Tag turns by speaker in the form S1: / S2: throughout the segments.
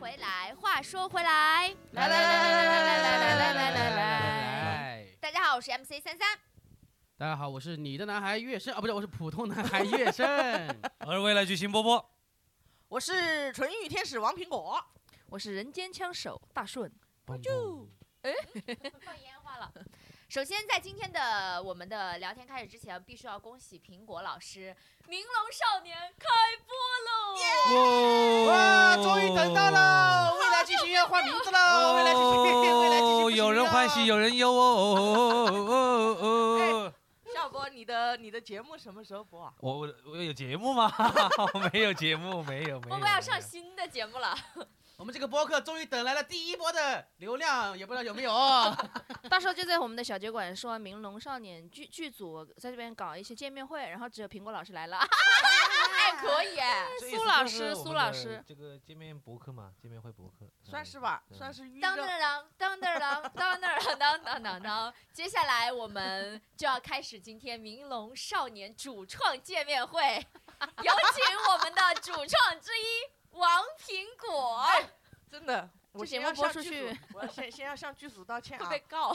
S1: 回来，话说回来，
S2: 来来来来来来来来来来来来！
S3: 来，
S1: 大家好，我是 MC 三三，
S3: 大家好，我是你的男孩月胜啊，不是，我是普通男孩月 胜。
S4: 我是未来巨星波波，
S2: 我是纯欲天使王苹果，
S5: 我是人间枪手大顺，
S3: 嘣嘣
S1: 放烟花了。首先，在今天的我们的聊天开始之前，必须要恭喜苹果老师《明龙少年》开播喽
S2: 哇，
S4: 哇
S2: 终于等到！
S3: 哦
S2: 了，未来巨星要换名字喽，未来巨星，未来巨星不行了，
S4: 哦有人欢喜有人忧哦哦哦哦哦！
S2: 夏波，你的你的节目什么时候播啊？
S4: 我我我有节目吗？ 我没有节目，没有没！有。
S1: 我们要上新的节目了，
S3: 我们这个播客终于等来了第一波的流量，也不知道有没有。
S5: 到时候就在我们的小酒馆说《明龙少年剧》剧组在这边搞一些见面会，然后只有苹果老师来了。
S1: 哎，可以哎。
S4: 这意思
S5: 苏老
S4: 就是我
S5: 师苏
S4: 们
S5: 老
S4: 的
S5: 师
S4: 这个见面博客嘛，见面会博客，
S2: 算是吧，
S4: 嗯
S2: 算是预热
S1: 当。当当当当当当当当当当，接下来我们就要开始今天明龙少年主创见面会，有请我们的主创之一王苹果。
S2: 真的，我
S5: 这节
S2: 先
S5: 目
S2: 要
S5: 播
S2: 向
S5: 出
S2: 剧
S5: 去
S2: 组，我要先先要向剧组道歉
S1: 会
S2: 啊
S1: 被，告。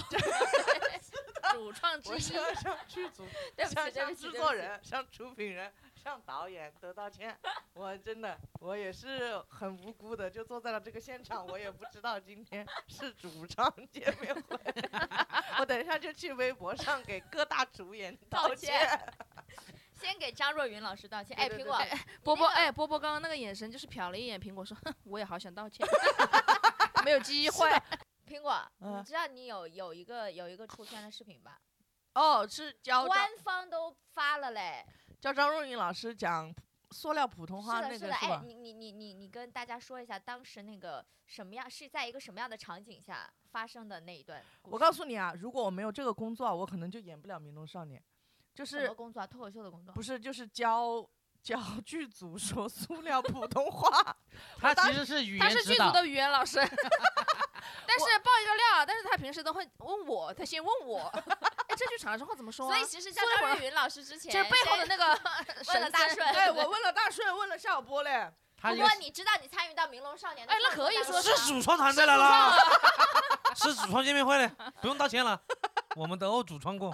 S5: 主创之
S2: 我
S5: 一
S2: 先，要向剧组、
S1: 对不
S2: 向
S1: 起，对不
S2: 向
S1: 起，
S2: 制
S1: 对不
S2: 作
S1: 起。
S2: 人、向出品人、向导演都 道歉。我真的，我也是很无辜的，就坐在了这个现场，我也不知道今天是主唱见面 会。我等一下就去微博上给各大主演道
S1: 道歉先给张若昀老师道歉。哎，
S2: 对对
S1: 苹果，
S5: 波波
S1: 那个
S5: 哎，波波刚刚那个眼神就是瞟了一眼苹果，说哼我也好想道 歉，没有 机会。
S1: 苹果，
S2: 嗯
S1: 你知道你有有一个有一个出圈的视频吧？
S2: 哦，是教张
S1: 官方都发了嘞。
S2: 教张若昀老师讲塑料普通话
S1: 是的，
S2: 那个
S1: 是的。哎
S2: 吧，？
S1: 你你你你你跟大家说一下，当时那个什么样，是在一个什么样的场景下发生的那一段故事？
S2: 我告诉你啊，如果我没有这个工作啊，我可能就演不了《明龙少年》，就
S1: 什么
S2: 是
S1: 工作啊？脱口秀的工作？
S2: 不是就是教教剧组说塑料普通 话。
S3: 他其实是语
S5: 他
S3: 言
S5: 是
S3: 指
S5: 剧
S3: 导
S5: 组，的语言老师， 但是爆一个料啊，但是他平时都会问我，他先问我， 哎，这句长沙话怎么说啊？
S1: 所以其实像
S5: 说一会
S1: 张
S5: 儿
S1: 若昀老师之前，
S5: 就是背后的那个
S1: 问了
S5: 神
S1: 大
S5: 仙
S1: 顺。
S2: 哎，我问了大顺，问了夏波嘞，
S3: 他
S1: 不
S3: 应该
S1: 过
S3: 是
S1: 你知道你参与到《明龙少年》的
S5: 哎那
S1: 创作
S5: 可以
S1: 当
S5: 说
S1: 中
S4: 是
S1: 吗
S4: 主创团队来了， 是主创见面会嘞，不用道歉了，我们都主创过。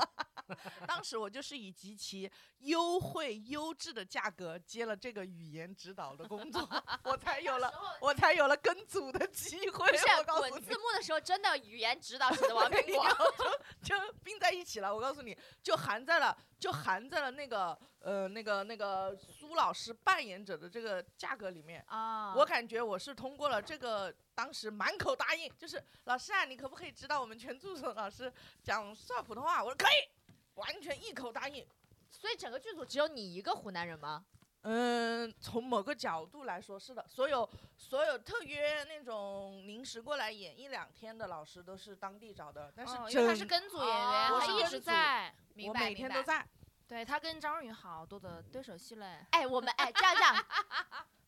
S2: 当时我就是以极其优惠、优质的价格接了这个语言指导的工作， 我才有了，
S1: 时候
S2: 我才有了跟组的机会。
S1: 不是
S2: 我告诉
S1: 滚
S2: 你
S1: 字，幕的时候，真的语言指导型的王苹果。
S2: 就并在一起了。我告诉你，就含在了，就含在了那个呃那个那个苏老师扮演者的这个价格里面。
S1: 啊
S2: 我感觉我是通过了这个，当时满口答应，就是老师啊，你可不可以指导我们全助手老师讲算普通话？我说可以，完全一口答应。
S1: 所以整个剧组只有你一个湖南人吗？
S2: 嗯，从某个角度来说是的，所有所有特约那种临时过来演一两天的老师都是当地找的，但是
S5: 哦因为他
S2: 整、
S5: 是跟组演
S1: 哦
S5: 员，
S2: 我
S5: 他
S2: 是
S5: 一
S2: 跟
S5: 直
S2: 组
S5: 在。
S1: 明
S2: 我
S1: 白，
S2: 每
S1: 明
S2: 天
S1: 白
S2: 都。在。
S5: 对他跟张若昀好多的对手戏 嘞，
S1: 哎，我们哎，这样这样，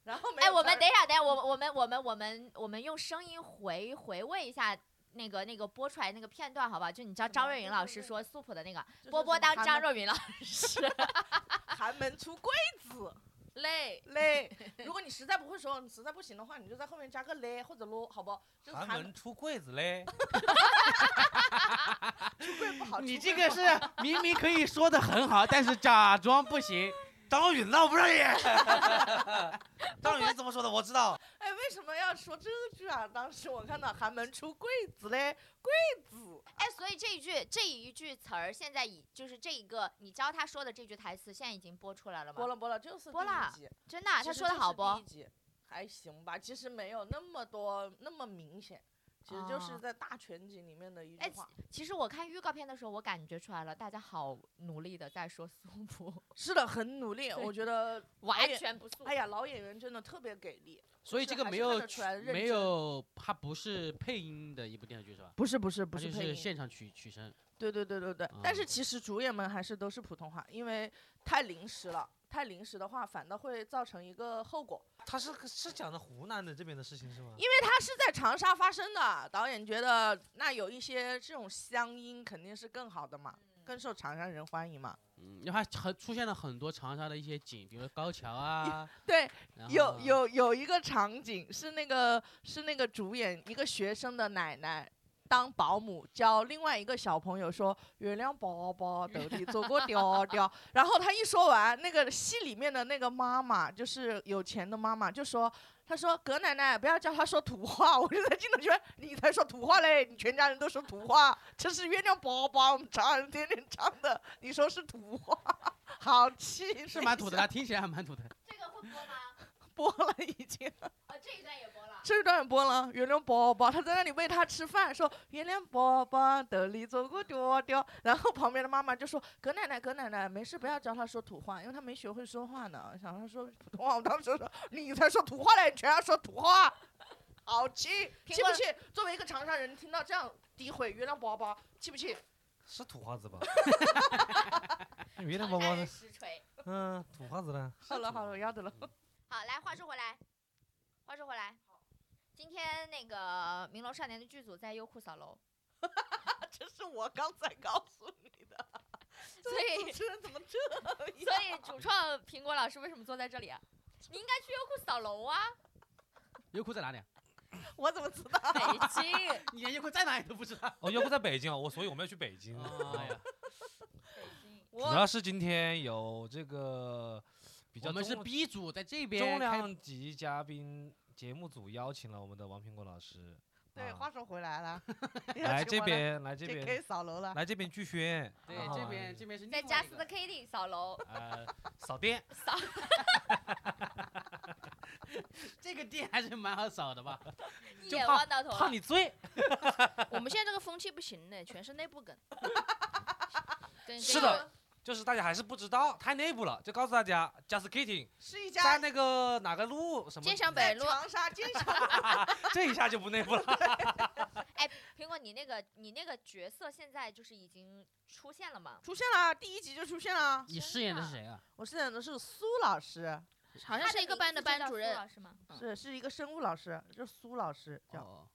S2: 然后没
S1: 哎，
S2: 有嗯
S1: 我
S2: 在
S1: 们等一下，等一下，我们我们我们我们我们用声音回回味一下。那个那个播出来那个片段好不好？就你知道
S2: 什么
S1: 张若昀老师
S2: 就是
S1: 说素朴的那个
S2: 就是
S1: 波波
S2: 什
S1: 当
S2: 么寒
S1: 张
S2: 门
S1: 若昀老 师，
S2: 寒门出贵子
S5: 累。
S2: 嘞。如果你实在不会说，你实在不行的话，你就在后面加个嘞或者咯，好不好？就是
S4: 寒门出贵子 嘞，
S2: 出贵不好。
S3: 你
S2: 出
S3: 这
S2: 柜
S3: 个
S2: 不
S3: 是
S2: 好
S3: 明明可以说的很好，但是假装不行。
S4: 张若昀闹不 让演。 张若昀怎么说的？我知道，
S2: 哎，为什么要说这句啊？当时我看到寒门出贵子嘞，贵子。
S1: 哎，所以这一句这一句词儿，现在已就是这一个你教他说的这句台词，现在已经播出来了吗？
S2: 播了播了，就是
S1: 播
S2: 第一
S1: 啦
S2: 集
S1: 真的啊、
S2: 其
S1: 他
S2: 实
S1: 说的
S2: 就
S1: 好
S2: 是
S1: 不？
S2: 第一集还行吧，其实没有那么多那么明显，其实就是
S1: 啊
S2: 在大全景里面的一
S1: 哎
S2: 句话。
S1: 其实我看预告片的时候，我感觉出来了，大家好努力的在说苏朴，
S2: 是的，很努力，
S1: 对
S2: 我觉得
S1: 完
S2: 哎呀
S1: 全不素朴
S2: 哎呀，老演员真的特别给力。
S3: 所以
S2: 是
S3: 这个
S2: 还
S3: 没
S2: 是看
S3: 有
S2: 得出来认
S3: 没
S2: 真
S3: 有，它不是配音的一部电视剧是吧？
S2: 不是不是不
S3: 它就是
S2: 配
S3: 是
S2: 音，
S3: 现场取取声。
S2: 对对对对对。
S3: 啊
S2: 但是其实主演们还是都是普通话，因为太临时了，太临时的话，反倒会造成一个后果。
S4: 他是是讲的湖南的这边的事情是吗？
S2: 因为它是在长沙发生的，导演觉得那有一些这种乡音肯定是更好的嘛，更受长沙人欢迎嘛。
S3: 嗯，然后还很出现了很多长沙的一些景，比如高桥啊，
S2: 对，
S3: 然
S2: 有
S3: 后
S2: 有有一个场景是那个是那个主演一个学生的奶奶。当保姆教另外一个小朋友说“月亮宝宝头里做个调调”， 然后他一说完，那个戏里面的那个妈妈就是有钱的妈妈就说：“她说葛奶奶不要叫她说土话。” 我就在镜头前，你才说土话嘞，你全家人都说土话，这是月亮宝宝，我们长沙人天天唱的，你说是土话， 好气，
S3: 是蛮土的，他啊听起来还蛮土的。
S1: 这个会播吗？
S2: 播了已经。
S1: 哦，这一段也播 了。
S2: 这一段也播了，月亮宝宝，他在那里喂他吃饭，说月亮宝宝的里走过丢丢，然后旁边的妈妈就说葛奶奶葛奶奶，没事不要教他说土话，因为他没学会说话呢，想让他说普通话，我当时说你才说土话嘞，全要说土话，好气，气不气？作为一个长沙人，听到这样诋毁月亮宝宝，气不气？
S4: 是土话子吧？月亮宝
S1: 长沙
S4: 宝
S1: 人
S4: 呢？
S1: 实锤。
S4: 嗯，土话子呢？
S2: 好 了好了，要得了，
S1: 好，来，话说回来，话说回来，今天那个《明龙少年》的剧组在优酷扫 楼，
S2: 这是我刚才告诉你 的，
S1: 所以
S2: 主持人怎么这
S1: 所以主创苹果老师为什么坐在这里啊？你应该去优酷扫楼啊，
S3: 优酷在哪里啊？
S2: 我怎么知道？
S1: 北京，
S3: 你连优酷在哪里都不知道。
S4: 哦，优酷在北京啊，我所以我们要去北京。
S3: 哎呀，
S1: 北京。
S4: 哦主要是今天有这个比较
S3: 我们是
S4: 重
S3: B 组在这边
S4: 重
S3: 开。
S4: 量级嘉宾，节目组邀请了我们的王苹果老师。
S2: 对，
S4: 啊
S2: 话说回来 了，
S4: 来这边，来这
S2: 也可以
S4: 边，
S2: 扫楼了。
S4: 来这边剧宣，
S3: 对
S4: 然，后
S3: 这边这边是
S1: 在
S3: 另
S1: 加
S3: 外一
S1: 斯的
S3: 个。
S1: Kitty 扫 楼，
S4: 呃扫店，
S3: 这个店还是蛮好扫的吧？
S1: 一
S4: 就
S1: 眼
S4: 怕
S1: 望到头
S4: 怕
S1: 了。
S4: 你醉。
S5: 我们现在这个风气不行呢，全是内部梗。
S1: 跟
S4: 是的，就是大家还是不知道，太内部了，就告诉大家，Just kidding，
S2: 是一
S4: 在
S2: 家
S4: 那个哪个路什么，
S5: 金祥
S2: 在
S5: 北路，
S2: 长沙建设
S4: 这一下就不内部了。
S1: 跟苹果，你那个你那个角色现在就是已经出现了吗？
S2: 出现了，啊第一集就出现了。
S3: 你饰演的是谁 啊？
S2: 我饰演的是苏老师，
S5: 好像是一个班的班主任。
S1: 是吗？
S3: 嗯
S2: 是是一个生物老师，就苏老师叫。
S3: 哦，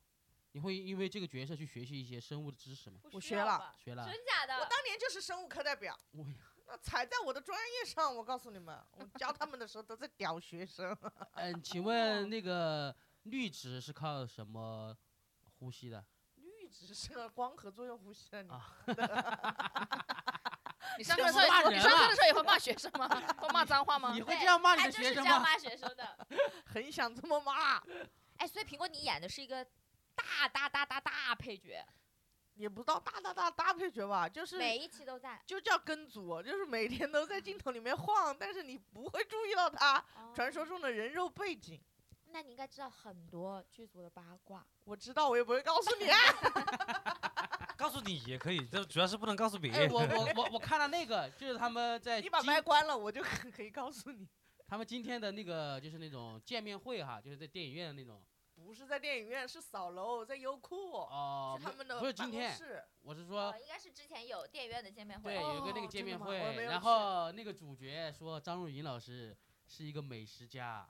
S3: 你会因为这个角色去学习一些生物的知识吗？
S1: 不
S2: 我
S1: 需
S2: 学
S1: 要
S2: 了
S1: 吧，
S3: 学了
S1: 真。假
S2: 我
S1: 的？
S2: 当年就是生物课代表，
S3: 我
S2: 那踩在我的专业上。我告诉你们，我教他们的时候都在屌学生。
S3: 嗯，请问那个绿植是靠什么呼吸的？
S2: 绿植是光合作用呼吸的，你
S3: 啊
S5: 你上课的时
S3: 骂
S5: 候，
S3: 人
S5: 你上课
S3: 了
S5: 的时候也会骂学生吗？ 会骂脏话吗
S3: 你？会这样骂你
S1: 他
S3: 的
S1: 哦就
S3: 学
S1: 是这
S3: 生
S1: 样
S3: 吗？
S1: 骂学生的。
S2: 很想这么骂，
S1: 哎，所以苹果，你演的是一个大大大大大配角，
S2: 也不到大大大搭配角吧，就是
S1: 每一期都在。
S2: 就叫跟组，哦就是每天都在镜头里面晃，但是你不会注意到他
S1: 哦
S2: 传说中的人肉背景。
S1: 那你应该知道很多剧组的八卦。
S2: 我知道，我也不会告诉你啊。
S4: 告诉你也可以，就主要是不能告诉别
S3: 哎，
S4: 人。
S3: 我我我我看了那个，就是他们在
S2: 你把
S3: 今
S2: 麦关了，我就可可以告诉你，
S3: 他们今天的那个就是那种见面会哈，就是在电影院的那种。
S2: 不是在电影院，是扫楼，在优酷，
S3: 哦，
S2: 是他们的
S3: 不是今
S2: 办公
S3: 天
S2: 室
S3: 我是
S1: 哦
S3: 说，，
S1: 应该是之前有电影院的见面会。
S3: 对，
S1: 哦
S3: 有一个那
S2: 哦
S3: 个见面
S2: 真的吗
S3: 会
S2: 我没，有
S3: 然
S2: 去
S3: 后那个主角说张若昀老师是一个美食家，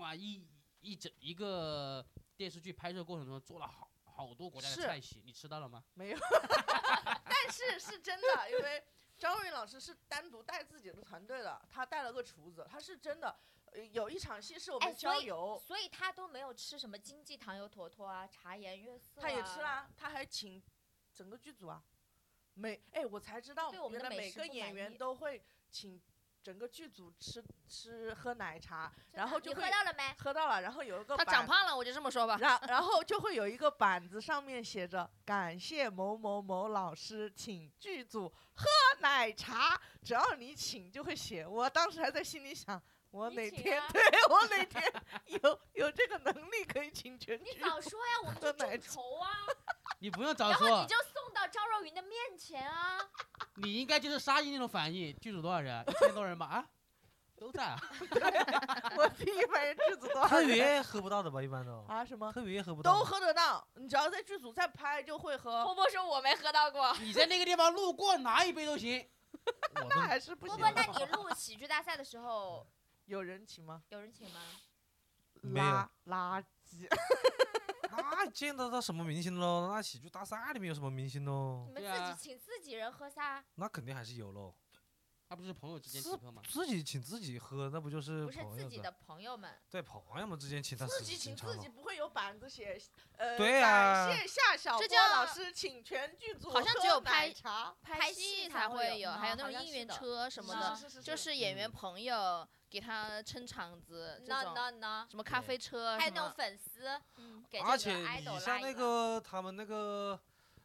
S3: 哇，一一整一个电视剧拍摄过程中做了好好多国家的
S2: 是
S3: 菜系，你吃到了吗？
S2: 没有，但是是真 啊的，因为张若昀老师是单独带自己的团队的，他带了个厨子，他是真的。呃有一场戏是我
S1: 哎
S2: 们
S1: 所
S2: 郊
S1: 以
S2: 游，
S1: 所以他都没有吃什么经济糖油坨坨啊、茶颜悦色、啊。
S2: 他也吃。啦，他还请整个剧组啊。每哎，我才知道，
S1: 对我们
S2: 原
S1: 的
S2: 来
S1: 美
S2: 每
S1: 食
S2: 个
S1: 不
S2: 演
S1: 满
S2: 员
S1: 意
S2: 都会请整个剧组吃吃喝奶茶，
S1: 真的
S2: 然后就
S1: 你喝
S2: 会
S1: 到了没？
S2: 喝到了，然后有一个
S5: 他
S2: 板
S5: 长胖了，我就这么说吧。
S2: 然然后就会有一个板子，上面写着“感谢某某某老师，请剧组喝奶茶”。只要你请，就会写。我当时还在心里想，我
S1: 你
S2: 哪
S1: 请
S2: 天、
S1: 啊
S2: 对我哪天有有这个能力可以请全
S1: 你
S2: 剧
S1: 早说呀，我们就
S2: 喝奶
S1: 众筹啊，
S3: 你不用早
S1: 然后
S3: 说
S1: 你，就送到张若昀的面前 啊。
S3: 你应该就是沙溢那种反应。剧组多少人？一千多人吧？啊，都在啊。
S2: 我第一反应剧组多少
S4: 科
S2: 人
S4: 员喝不到的吧，一般都。
S2: 啊？什么
S4: 科员喝不到吗。
S2: 都喝得到，你只要在剧组再拍就会喝。
S1: 波波说我没喝到过，
S3: 你在那个地方路过拿一杯都行。
S4: 我
S2: 那
S4: 都
S2: 还是不
S1: 波
S2: 行啊
S1: 波，那
S2: 的。
S1: 你录喜剧大赛的时候
S2: 有人情吗？
S1: 有人请吗？
S4: 没有
S2: 垃垃圾，
S4: 那见得到什么明星喽？那喜剧大赛里面有什么明星喽
S1: 你？们
S3: 对啊
S1: 自己请自己人喝仨，
S4: 那肯定还是有喽。
S3: 他不是朋友之间
S4: 是
S3: 请客吗？
S4: 自己请自己喝，那不就是
S1: 不是
S4: 朋
S1: 自
S4: 友
S1: 己的朋友们。
S4: 对朋友们之间请他
S2: 自己请自己，不会有板子写。呃，
S4: 对呀
S2: 感谢夏小波
S5: 这叫
S2: 老师请全剧组
S5: 好像
S2: 喝
S5: 只有
S2: 奶
S5: 拍
S2: 茶
S5: 拍戏才会有，
S2: 啊
S5: 还有那种应援车什么
S1: 是
S5: 的，嗯
S2: 是是是
S5: 就是演员朋友给他撑场子这
S1: no
S5: 种，
S1: no no，
S5: 什么咖
S4: 对
S5: 啡车，
S1: 还有那种粉丝
S5: 种，
S1: 给这
S4: 而且
S1: 个 idol
S4: 你
S1: 拉
S4: 像
S1: 一
S4: 那个他们那个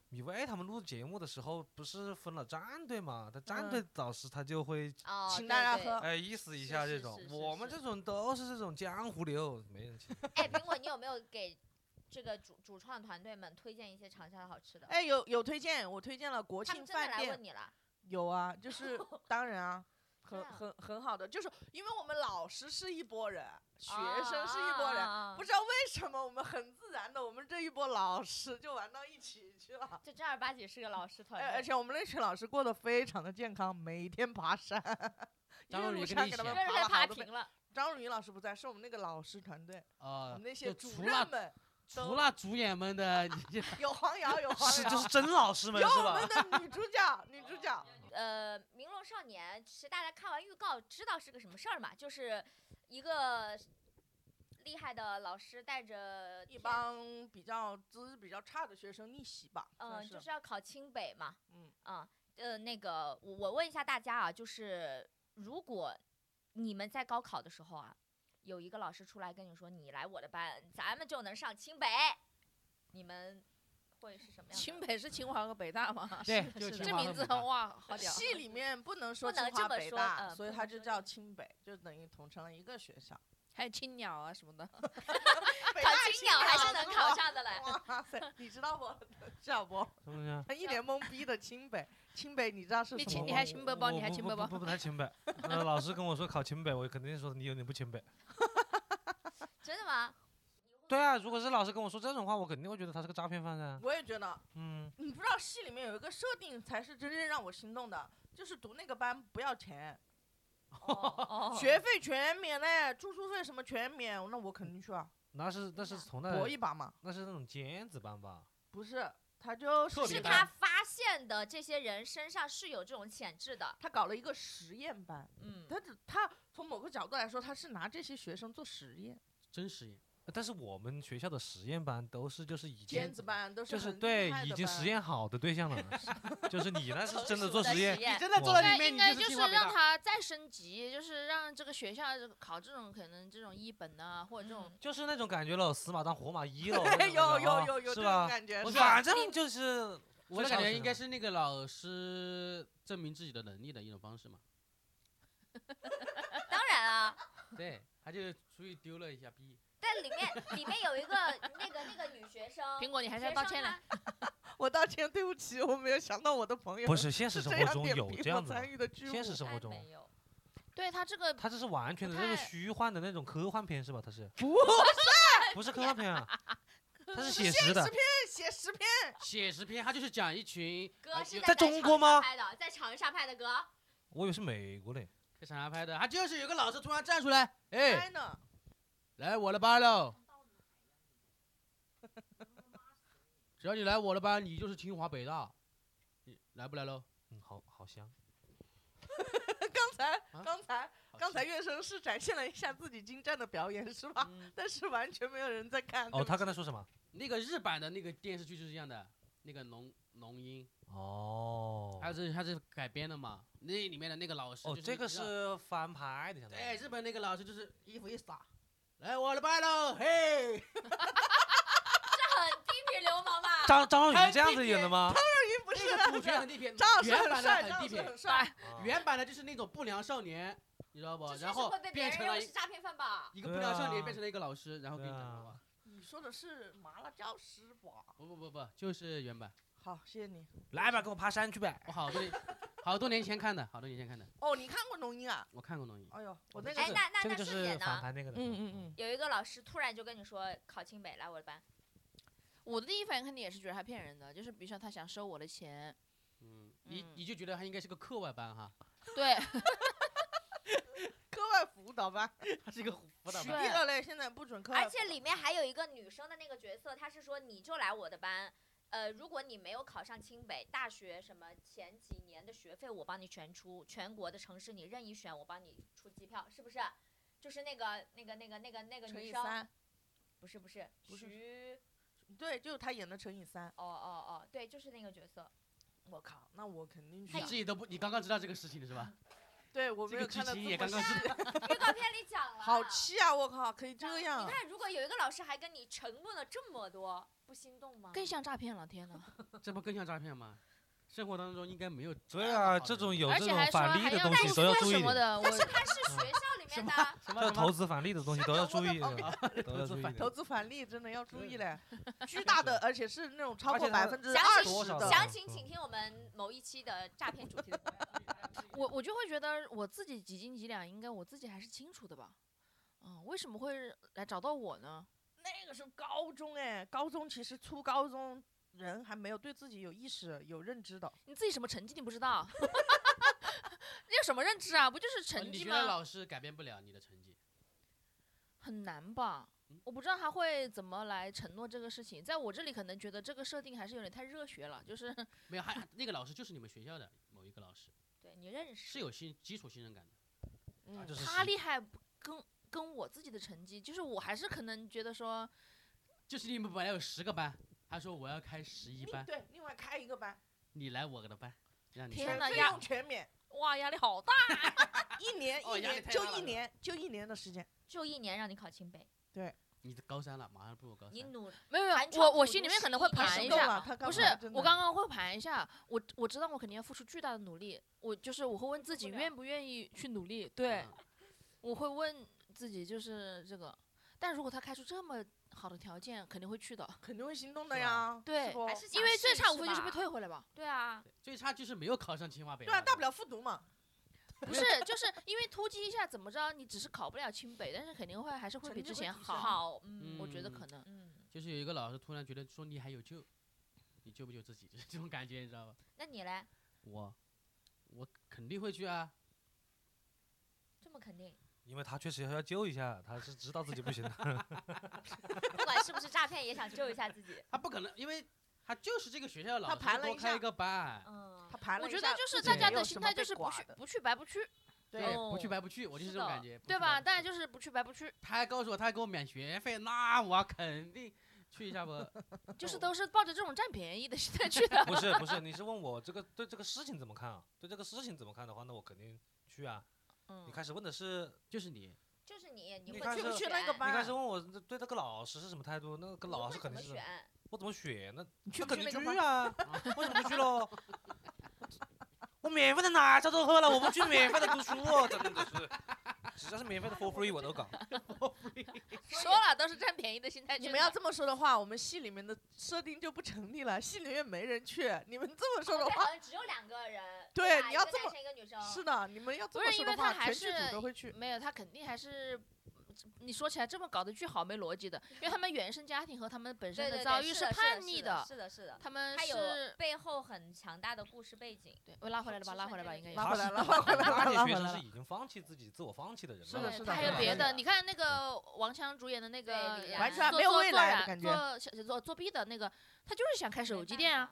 S4: 米薇他们录节目的时候，不是分了战队嘛？他战
S2: 嗯
S4: 队导师他就会
S1: 哦，
S2: 请
S1: 对
S2: 大家
S1: 对
S2: 喝
S4: 哎意思一
S1: 是
S4: 下这
S1: 是
S4: 种
S1: 是，是
S4: 我们
S1: 是
S4: 这种都是这种江湖流，没人请。
S1: 哎，苹果，你有没有给这个主主创团队们推荐一些长沙的好吃的？
S2: 哎，有有推荐，我推荐了国
S1: 他们
S2: 庆
S1: 真的
S2: 饭
S1: 来
S2: 店
S1: 问，你了，
S2: 有啊，就是 当然啊，很
S1: 对啊
S2: 很很好的，就是因为我们老师是一拨人，学生是一
S1: 啊
S2: 拨人，，不
S1: 是
S2: 知道为什么我们很自然的，我们这一波老师就玩到一起去 了。
S1: 就正儿八经是个老师团
S2: 哎，而
S1: 队。
S2: 且我们那群老师过得非常的健康，每天爬山，一
S3: 张若
S2: 路
S3: 昀跟
S2: 上
S3: 你
S2: 给
S3: 一
S2: 他
S3: 起
S2: 们
S3: 啊
S1: 被
S2: 爬了
S1: 爬
S2: 好多遍
S1: 平。了，
S2: 张若昀老师不在，是我们那个老师团
S4: 啊
S2: 队，我
S3: 呃
S2: 们，那
S3: 就
S2: 些主
S3: 除了
S2: 任们，
S3: 除了主演们
S5: 啊
S3: 的，你这
S2: 有黄瑶，有黄
S4: 是
S2: 瑶，
S4: 就是真老师们
S2: 有
S4: 是
S2: 我
S4: 吧
S2: 们？的女主角，女主角。
S1: 呃，《明龙少年》其实大家看完预告知道是个什么事儿嘛，就是一个厉害的老师带着
S2: 一，帮比较资质比较差的学生逆袭吧，
S1: 嗯、
S2: 算是
S1: 就是要考清北嘛，
S2: 嗯
S1: 啊，呃，那个我我问一下大家啊，就是如果你们在高考的时候啊，有一个老师出来跟你说你来我的班，咱们就能上清北，你们会是什么样的？
S5: 清北是清华和北大吗？
S3: 对，就
S5: 这
S3: 清华
S5: 名
S3: 和
S5: 字
S3: 北大
S5: 哇，好 屌！
S2: 系里面不能说
S1: 不能
S2: 清华
S1: 这么
S2: 北
S1: 说
S2: 大，
S1: 嗯
S2: 所以
S1: 不
S2: 它
S1: 能
S2: 就
S1: 说
S2: 叫清北，就等于统成了一个 学校。
S5: 还有青鸟啊什么的，
S2: 北
S1: 考
S2: 大
S1: 青鸟还是能
S2: 清
S1: 考
S2: 华
S1: 上的嘞。
S2: 哇塞，你知道不？ 夏博，
S4: 什么东西啊？
S2: 他一脸懵逼的清北，清北你知道是
S5: 你
S2: 什
S5: 请
S2: 么
S5: 你
S2: 吗
S5: 还清北包
S4: 我
S5: 你还
S4: 不
S5: 清
S4: 不
S5: 北包
S4: 不不太清 北。呃，老师跟我说考清北，我肯定说你有点不清北。
S1: 真的吗？
S4: 对啊，如果是老师跟我说这种话，我肯定会觉得他是个诈骗犯噻。
S2: 我也觉得，
S4: 嗯，
S2: 你不知道系里面有一个设定才是真正让我心动的，就是读那个班不要钱，
S1: 哦哦
S2: 学费全免嘞，住宿费什么全免，那我肯定去啊，
S4: 那是那是从那
S2: 搏一把嘛。
S4: 那是那种尖子班吧？
S2: 不是，他就是
S3: 特别
S1: 是
S3: 班
S1: 他发现的这些人身上是有这种潜质的，
S2: 他搞了一个实验班，
S1: 嗯，
S2: 他只他从某个角度来说，他是拿这些学生做实验，
S3: 真实验，
S4: 呃但是我们学校的实验班都是就是已经
S2: 尖子班都是
S4: 就是
S2: 很厉
S4: 对
S2: 害
S4: 已
S2: 的
S4: 经
S2: 班
S4: 实， 验好的对象了，就是你那是真的做实验。
S2: 你真的
S4: 我
S3: 哦
S2: 坐在
S5: 对，
S2: 里面，
S5: 应
S2: 你
S5: 该
S2: 就
S5: 就是是
S2: 清华北
S5: 让
S2: 大。，
S5: 他再升级，就是让这个学校考这种可能这种一本啊，或者这种
S4: 就是那种感觉喽，死马当活马医喽
S2: 有有有有
S4: 啊
S2: 这
S4: 是啊
S2: 种
S4: 吧？
S2: 感觉，
S3: 我
S2: 是
S3: 觉
S2: 吧
S4: 反正就是
S3: 我的
S4: 非
S3: 感
S4: 常
S3: 觉
S4: 实
S3: 应该
S4: 诚
S3: 是那个老师证明自己的能力的一种方式嘛。
S1: 当然啊，
S3: 对，他就出去丢了一下逼。
S1: 但里面里面有一 个那个那个女学生，啊
S5: 苹果，你还是要道歉了。
S2: 我道歉，对不起，我没有想到我的朋友
S4: 不是现实
S2: 是
S4: 生
S2: 这
S4: 活
S2: 样
S4: 中
S2: 点
S4: 有
S2: 评
S4: 这样
S2: 我
S4: 子的
S2: 参，与的剧
S4: 现实
S1: 学
S4: 生活啊中
S1: 哎没有，
S5: 对他这个
S4: 他这是完全的那
S5: 不
S4: 个
S5: 太
S4: 虚幻的那种科幻片是吧？他是
S2: 不
S4: 不是科幻片啊？他是写
S2: 现
S4: 实的
S2: 实，片写实片，
S3: 写实片，他就是讲一群哎
S1: 歌是
S3: 有
S4: 在中国吗
S1: 长沙拍的，在长沙拍的 歌，
S4: 我以为是美国嘞。
S3: 在长沙拍的，他就是有个老师突然站出来，哎，
S2: 拍呢，
S3: 来我的班喽！ 只要你来我的班，你就是清华北大，你来不来喽？
S4: 嗯，好好香。
S2: 刚才
S3: 啊
S2: 刚才
S3: 好
S2: 刚才
S3: 气
S2: 乐声是展现了一下自己精湛的表演是
S5: 啊
S2: 吧？
S3: 嗯
S2: 但是完全没有人在看。
S4: 哦，
S2: 对不
S4: 他
S2: 起
S4: 刚才说什么？
S3: 那个日版的那个电视剧就是这样的，那个龙龙樱，
S4: 哦，
S3: 它是它是改编的嘛？那里面的那个老师
S4: 哦，
S3: 就是
S4: 这个
S3: 让
S4: 是翻拍的，相当于
S3: 对，日本那个老师就是衣服一撒，来我的班喽，嘿，
S1: 很地痞流氓吧？
S4: 张张若
S3: 哎
S4: 昀这样
S3: 这
S4: 子
S3: 个
S4: 演的吗？
S2: 不是
S3: 那个主角很地痞
S2: 张老，师
S3: 原
S2: 很
S3: 版的
S2: 帅，
S3: 很
S2: 张老
S3: 地
S2: 师很
S3: 痞，
S2: 帅，
S4: 啊
S3: 原版的就是那种不良少年，你知道不
S1: 这？确
S3: 然
S1: 实
S3: 后
S1: 会被别
S3: 变
S1: 人
S3: 成
S1: 认
S3: 了
S1: 为
S3: 一
S1: 是诈骗犯吧？
S3: 一个
S4: 对
S3: 不良少
S4: 啊
S3: 年变成了一个老师，然后跟你讲
S4: 对
S3: 什
S4: 啊
S3: 么？
S2: 你说的是麻辣教师吧？
S3: 不不不不，就是原版，
S2: 好，谢谢你。
S4: 来吧，跟我爬山去呗。
S3: 我好多年好多年前看的，好多年前看的，
S2: 哦，你看过《龙樱》啊？
S3: 我看过龙樱，
S2: 哎呦，我
S4: 哦
S2: 那
S4: 这
S1: 哎
S2: 个
S4: 是
S1: 那那
S4: 这个
S1: 那
S4: 就
S1: 师姐
S4: 是
S1: 呢
S4: 反拍那个的。
S2: 嗯嗯
S1: 有一个老师突然就跟你说考清北来我的班，
S5: 我的第一反应肯定也是觉得他骗人的，就是比如说他想收我的钱，
S3: 嗯，你
S2: 嗯
S3: 你就觉得他应该是个课外班哈，
S1: 啊
S5: 对，
S2: 课外辅导班，
S3: 他是一个辅导
S2: 取
S3: 班。
S5: 对
S2: 缔了嘞，现在不准课外辅
S1: 而
S2: 导。
S1: 且里面还有一个女生的那个角色，她是说你就来我的班，呃，如果你没有考上清北大学，什么前几年的学费我帮你全出，全国的城市你任意选，我帮你出机票，是不是？就是那个那个那个那个那个
S2: 乘
S1: 女
S2: 以
S1: 生，
S2: 三，
S1: 不是不是，
S2: 不是
S1: 徐，
S2: 对，就是他演的乘以三。
S1: 哦哦哦，对，就是那个角色，
S2: 我靠，那我肯定去
S3: 你
S2: 啊。
S3: 自己都不，你刚刚知哎道这个事情的是吧？
S2: 对，我
S3: 这
S2: 没
S3: 个
S2: 有
S3: 剧
S2: 看到
S3: 情也
S2: 这
S3: 刚
S2: 么
S3: 刚知道。
S1: 预告片里讲了，
S2: 好气啊！我靠，可以这
S1: 你
S2: 样，
S1: 看，如果有一个老师还跟你承诺了这么多，不心动吗？
S5: 更像诈骗了，天哪！
S3: 这不更像诈骗吗？生活当中应该没有这么好的
S4: 对
S3: 人。
S4: 啊，这种有
S5: 而
S4: 这
S5: 且
S4: 种
S5: 还说
S4: 返
S5: 还
S4: 利的
S5: 要
S4: 东
S5: 带
S4: 西都要
S5: 货
S4: 注
S5: 什
S4: 意
S5: 么
S4: 的，
S5: 的，我
S1: 但是他是学 校里面的，
S3: 什么
S4: 这
S3: 什么
S4: 投资返利的东西都要注意
S2: 像我
S4: 的，都要注意
S2: 投
S4: 的。
S2: 资返利真的要注意
S3: 对
S2: 嘞，巨大的，而且是那种超
S4: 而
S2: 过
S4: 且它
S2: 百分之
S1: 详
S2: 二
S1: 情
S4: 多
S2: 十
S4: 少
S2: 的。
S1: 详情请听我们某一期的诈骗主题的播客。
S5: 我我就会觉得我自己几斤几两，应该我自己还是清楚的吧。嗯，为什么会来找到我呢？
S2: 那个时候高中哎，高中其实初高中人还没有对自己有意识、有认知的。
S5: 你自己什么成绩你不知道？ 你有什么认知啊？不就是
S3: 呃
S5: 成
S3: 你
S5: 绩
S3: 觉得
S5: 吗？
S3: 老师改变不了你的成绩？
S5: 很难吧
S3: 嗯？
S5: 我不知道他会怎么来承诺这个事情，在我这里可能觉得这个设定还是有点太热血了，就是
S3: 没有，还那个老师就是你们学校的某一个老师，
S1: 对你认识
S3: 是有信基础信任感的。
S2: 嗯
S4: 啊就，是
S5: 他
S4: 习
S5: 厉害跟跟我自己的成绩，就是我还是可能觉得说，
S3: 就是你们本来有十个班，他说我要开十一班，
S2: 对，另外开一个班，
S3: 你来我的班，让你
S5: 天
S3: 上
S5: 哪
S2: 费
S5: 呀
S2: 用全 免，
S5: 哇，压力好大。
S2: 一年
S3: 哦
S2: 一
S3: 压力
S2: 年
S3: 太
S2: 就
S3: 大了
S2: 一年就一年的时间。
S1: 就一年让你考清北，
S3: 你高三了，马上步入高
S1: 你
S3: 三，
S1: 努
S5: 没有没
S1: 寒
S5: 有，
S1: 窗
S5: 我
S1: 苦
S5: 我
S1: 读
S5: 心里面可能
S1: 11
S5: 会
S1: 年
S5: 盘一
S1: 奋
S2: 你动
S1: 斗
S5: 下
S1: 啊，
S2: 了，他干
S5: 不
S2: 嘛
S5: 是
S2: 真的
S5: 我刚刚会盘一下，我我知道我肯定要付出巨大的努力，我就是我会问自己
S1: 不了
S5: 愿不愿意去努力，
S3: 啊
S5: 对，我会问自己就是这个，但如果他开出这么好的条件，肯定会去的，
S2: 肯定会心动的
S3: 是吧
S2: 呀，
S5: 对
S2: 是不
S1: 还是想
S5: 因为最
S1: 试一
S5: 差无
S1: 试
S5: 非就是被
S1: 吧
S5: 退回 来吧，
S1: 对啊，
S3: 对最差就是没有考上清华北
S2: 对啊，
S3: 大。
S2: 大不了复读嘛，
S5: 不是就是因为突击一下怎么着，你只是考不了清北，但是肯定会还是会
S2: 成
S5: 比
S2: 绩
S5: 之
S2: 会
S5: 前
S2: 提
S5: 好，
S1: 好，嗯
S5: 我觉得
S3: 嗯
S5: 可能。
S1: 嗯，
S3: 就是有一个老师突然觉得说你还有救，你救不救自己？ 就是这种感觉，你知道吧？
S1: 那你嘞？
S3: 我，我肯定会去啊。
S1: 这么肯定，
S4: 因为他确实要救一下，他是知道自己不行的。
S1: 不管是不是诈骗，也想救一下自 己。
S3: 他不可能，因为他就是这个学校的老师，
S2: 他盘了
S3: 多
S2: 一
S3: 开
S2: 下
S3: 一个班，
S1: 嗯
S2: 他，盘了
S5: 我
S2: 一
S5: 觉得
S2: 下
S5: 就
S2: 自
S5: 是
S2: 己
S5: 大
S3: 也
S5: 家
S2: 没
S5: 的
S2: 有
S5: 心
S2: 什么
S5: 态
S2: 被
S5: 就是不
S2: 刮
S5: 去
S2: 的
S5: 不去白不去，
S3: 对，不
S1: 哦
S3: 去白不去，我就是这种
S1: 的
S3: 感觉，不
S5: 对
S3: 去
S5: 吧？
S3: 白不
S5: 大家
S3: 去
S5: 就是不去白 不去，
S3: 他还告诉我他还给我免学费，那我肯定去一下不？
S5: 就是都是抱着这种占便宜的 心态去的。
S4: 不是不是，你是问我这个对这个事情怎么看啊？对这个事情怎么看的话，那我肯定去啊。
S5: 嗯
S4: 你开始问的是，
S3: 就是你，
S1: 就是你，你
S4: 你
S1: 会
S4: 看
S1: 怎
S4: 是
S1: 么
S2: 去那
S1: 选
S2: 个
S4: 你
S2: 班
S4: 开始问我对这个老师是什么态度，那个
S1: 你
S4: 老
S1: 会
S4: 师肯定
S1: 怎么
S4: 是
S1: 选？
S4: 我怎么选呢？
S2: 你
S4: 那
S2: 去不
S4: 肯
S2: 去
S4: 定
S2: 那个
S4: 去
S2: 班？
S4: 啊，为什么不去喽？我免费的奶茶都喝了，我不去免费的读书哦，真的是，只要是免费的 for free 我都搞。
S5: 说了都是占便宜的心态去
S2: 你
S5: 的。
S2: 们要这么说的话，我们系里面的设定就不成立了，系里面没人去。你们这么说的
S1: 对，
S5: 哦
S2: 话，
S1: 哦好像只有两个 人，
S2: 对
S1: 吧
S2: 你
S1: 一
S2: 要
S1: 个
S2: 这
S1: 男
S2: 么
S1: 生一个女生，
S2: 是的，你们要这
S5: 啊不
S2: 么
S5: 是
S2: 说
S5: 因
S2: 的
S5: 为
S2: 话，
S5: 他
S2: 全
S5: 还
S2: 剧组
S5: 是
S2: 都会去。
S5: 没有，他肯定还是。你说起来这么搞的巨好没逻辑的，因为他们原生家庭和他们本身
S1: 对对对
S5: 遭遇
S1: 是的
S5: 叛
S1: 是
S5: 逆
S1: 的，是的，是的，
S5: 他们
S1: 他有
S5: 是
S1: 背后很强大的故事背景。
S5: 对，我拉回来了吧，
S1: 支
S5: 拉
S1: 撑
S5: 回来
S1: 这
S5: 吧，
S1: 个地
S5: 应该
S2: 拉
S5: 有
S4: 他
S2: 回
S4: 是
S2: 来，拉
S4: 大
S2: 回来，拉
S4: 大学
S2: 回
S4: 生
S2: 来
S4: 是
S2: 了。
S4: 已经放弃自己自我放弃的人了。
S2: 是的，
S1: 对
S2: 是的，
S5: 他还
S1: 对
S5: 有
S1: 对
S5: 别的，
S1: 对
S5: 你看那个王强主演的那个
S1: 对李，
S2: 完
S1: 然
S2: 全
S5: 做
S2: 没有
S5: 做
S2: 未
S5: 做
S2: 来的
S5: 染
S2: 感觉
S5: 做小做作弊的那个，他就是想开手机店啊，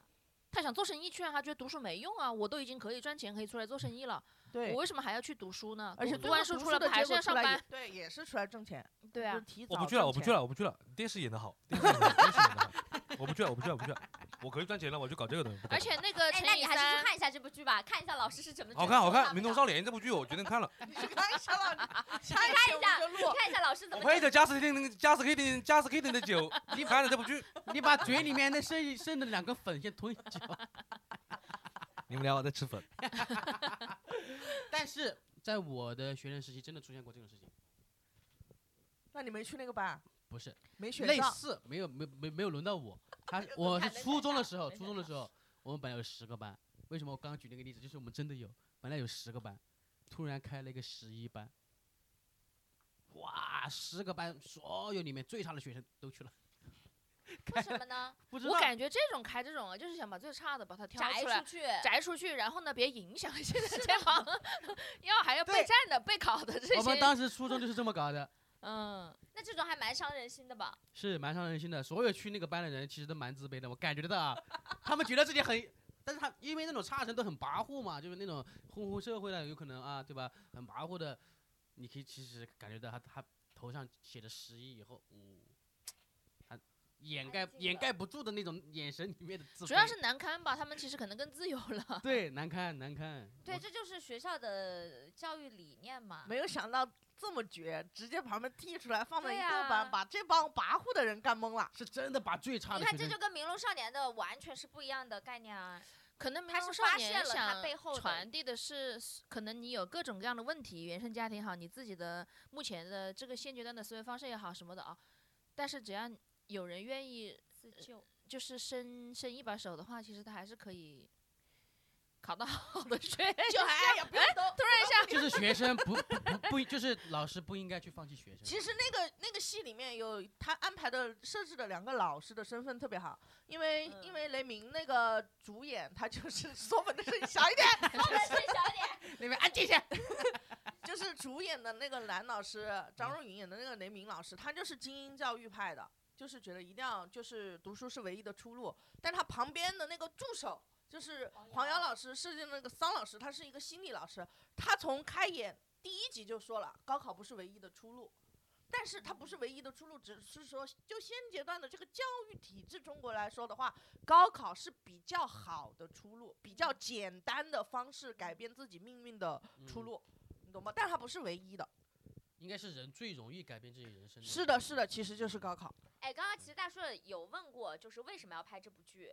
S5: 他想做生意去啊，他觉得读书没用啊，我都已经可以赚钱，可以出来做生意了，我
S2: 对，
S5: 为什么还要去读书呢？
S2: 而且
S5: 我
S2: 最
S5: 读
S2: 后
S5: 完书
S2: 读
S5: 出来
S2: 的
S5: 不还
S2: 结
S5: 是
S2: 果
S5: 要
S2: 出
S5: 上
S2: 来也
S5: 班？
S2: 对，也是出来挣钱。
S5: 对
S2: 就
S5: 啊
S2: 是，提
S4: 我
S2: 早
S4: 不去了，
S2: 挣
S4: 我不
S2: 钱
S4: 去了，我不去了。电视演的好， 电视演的好，电视演的好。我不去了，我不去了，我不去了。我可以赚钱了，我就搞这个东西。不搞
S5: 而且那个
S1: 哎，
S5: 陈
S1: 那
S5: 以
S1: 你还是
S5: 三
S1: 去，看一下这部剧吧，看一下老师是怎么
S4: 好看，好看，《
S1: 明
S4: 民农少年》这部剧我决 定看了。
S2: 你去看一下 吧，下
S1: 你看一
S2: 期我们 就录。
S1: 看一下老师怎
S4: 我
S1: 么
S4: 配
S1: 整
S4: 着加斯汀汀、加斯汀汀、加斯汀汀的酒，你看了这部剧。
S3: 你把嘴里面那剩剩的两个粉先吞下去。
S4: 你们俩我在吃粉。
S3: 但是在我的学生时期，真的出现过这种事情，
S2: 那你没去那个班，啊
S3: 不是
S2: 没选
S3: 类
S2: 上，
S3: 似，没有没没没有轮到我。 他
S1: 有
S3: 我
S1: 轮
S3: 是
S1: 到没
S3: 初
S1: 轮
S3: 中的
S1: 到
S3: 时候，
S1: 没
S3: 初
S1: 轮
S3: 中的
S1: 到
S3: 时候，我们本来有十个班。为什么我刚刚举那个例子？就是我们真的有，本来有十个班，突然开了一个十一班。哇，十个班所有里面最差的学生都去了，
S1: 为什么 呢？
S3: 不知道
S5: 我感觉这种开这种啊，就是想把最差的把它挑
S1: 摘
S5: 出
S1: 出
S5: 来，
S1: 去，
S5: 摘出去，然后呢，别影响现在 这行， 要还要备
S4: 对
S5: 战的、备考的这
S3: 我们
S5: 些，
S3: 当时初中就是这么搞的，
S5: 嗯，
S1: 那这种还蛮伤人心的吧？
S3: 是蛮伤人心的。所有去那个班的人其实都蛮自卑的，我感觉得到啊，他们觉得自己很，但是他因为那种差生都很跋扈嘛，就是那种混混社会的，有可能啊，对吧？很跋扈的，你可以其实感觉到他他头上写着十一以后，嗯，他掩盖
S1: 安静了
S3: 掩盖不住的那种眼神里面的自卑，
S5: 主要是难堪吧，他们其实可能更自由了。
S3: 对难看难看，
S1: 对，
S3: 我
S1: 这就是学校的教育理念嘛。
S2: 没有想到这么绝，直接把他们剔出来，放在
S1: 对
S2: 一个
S1: 呀
S2: 班，把这帮跋扈的人干懵了。
S3: 是真的把最差
S1: 你
S3: 的
S1: 看，
S3: 学
S1: 这
S3: 生
S1: 就跟《明龙少年》的完全是不一样的概念啊！
S5: 可能
S1: 他
S5: 他
S1: 是
S5: 是
S1: 发
S5: 少
S1: 现
S5: 年
S1: 了他
S5: 想
S1: 背后的
S5: 传递的是，可能你有各种各样的问题，原生家庭好，你自己的目前的这个现阶段的思维方式也好什么的啊，但是只要有人愿意
S1: 自救，
S5: 就是伸伸一把手的话，其实他还是可以考到好的学 校。
S2: 就哎呀，不要动！
S5: 突然一下，
S3: 就是学生不不不不不，就是老师不应该去放弃学生。嗯
S2: 其实那个那个戏里面有他安排的设置的两个老师的身份特别好，因为、
S1: 嗯
S2: 因为雷鸣那个主演他就是 说我的声音小一点，
S1: 我们是小点，
S3: 那
S4: 啊
S3: 边安静一下。
S2: 就是主演的那个男老师
S1: 嗯
S2: 张若昀演的那个雷鸣老师，他就是精英教育派的，就是觉得一定要就是读书是唯一的出路。但他旁边的那个助手就是
S1: 黄
S2: 黄
S1: 瑶
S2: 瑶老师设计的那个桑老师，他是一个心理老师，他从开演第一集就说了，高考不是唯一的出路。但是它不
S1: 嗯
S2: 是唯一的出路，只是说，就现阶段的这个教育体制中国来说的话，高考是比较好的出路，比
S1: 嗯
S2: 较简单的方式改变自己命运的出
S3: 嗯
S2: 路，你懂吗？但它不是唯一的。
S3: 应该是人最容易改变自己人生。
S2: 是的，是的，其实就是高考。
S1: 哎，刚刚其实大叔有问过，就是为什么要拍这部剧？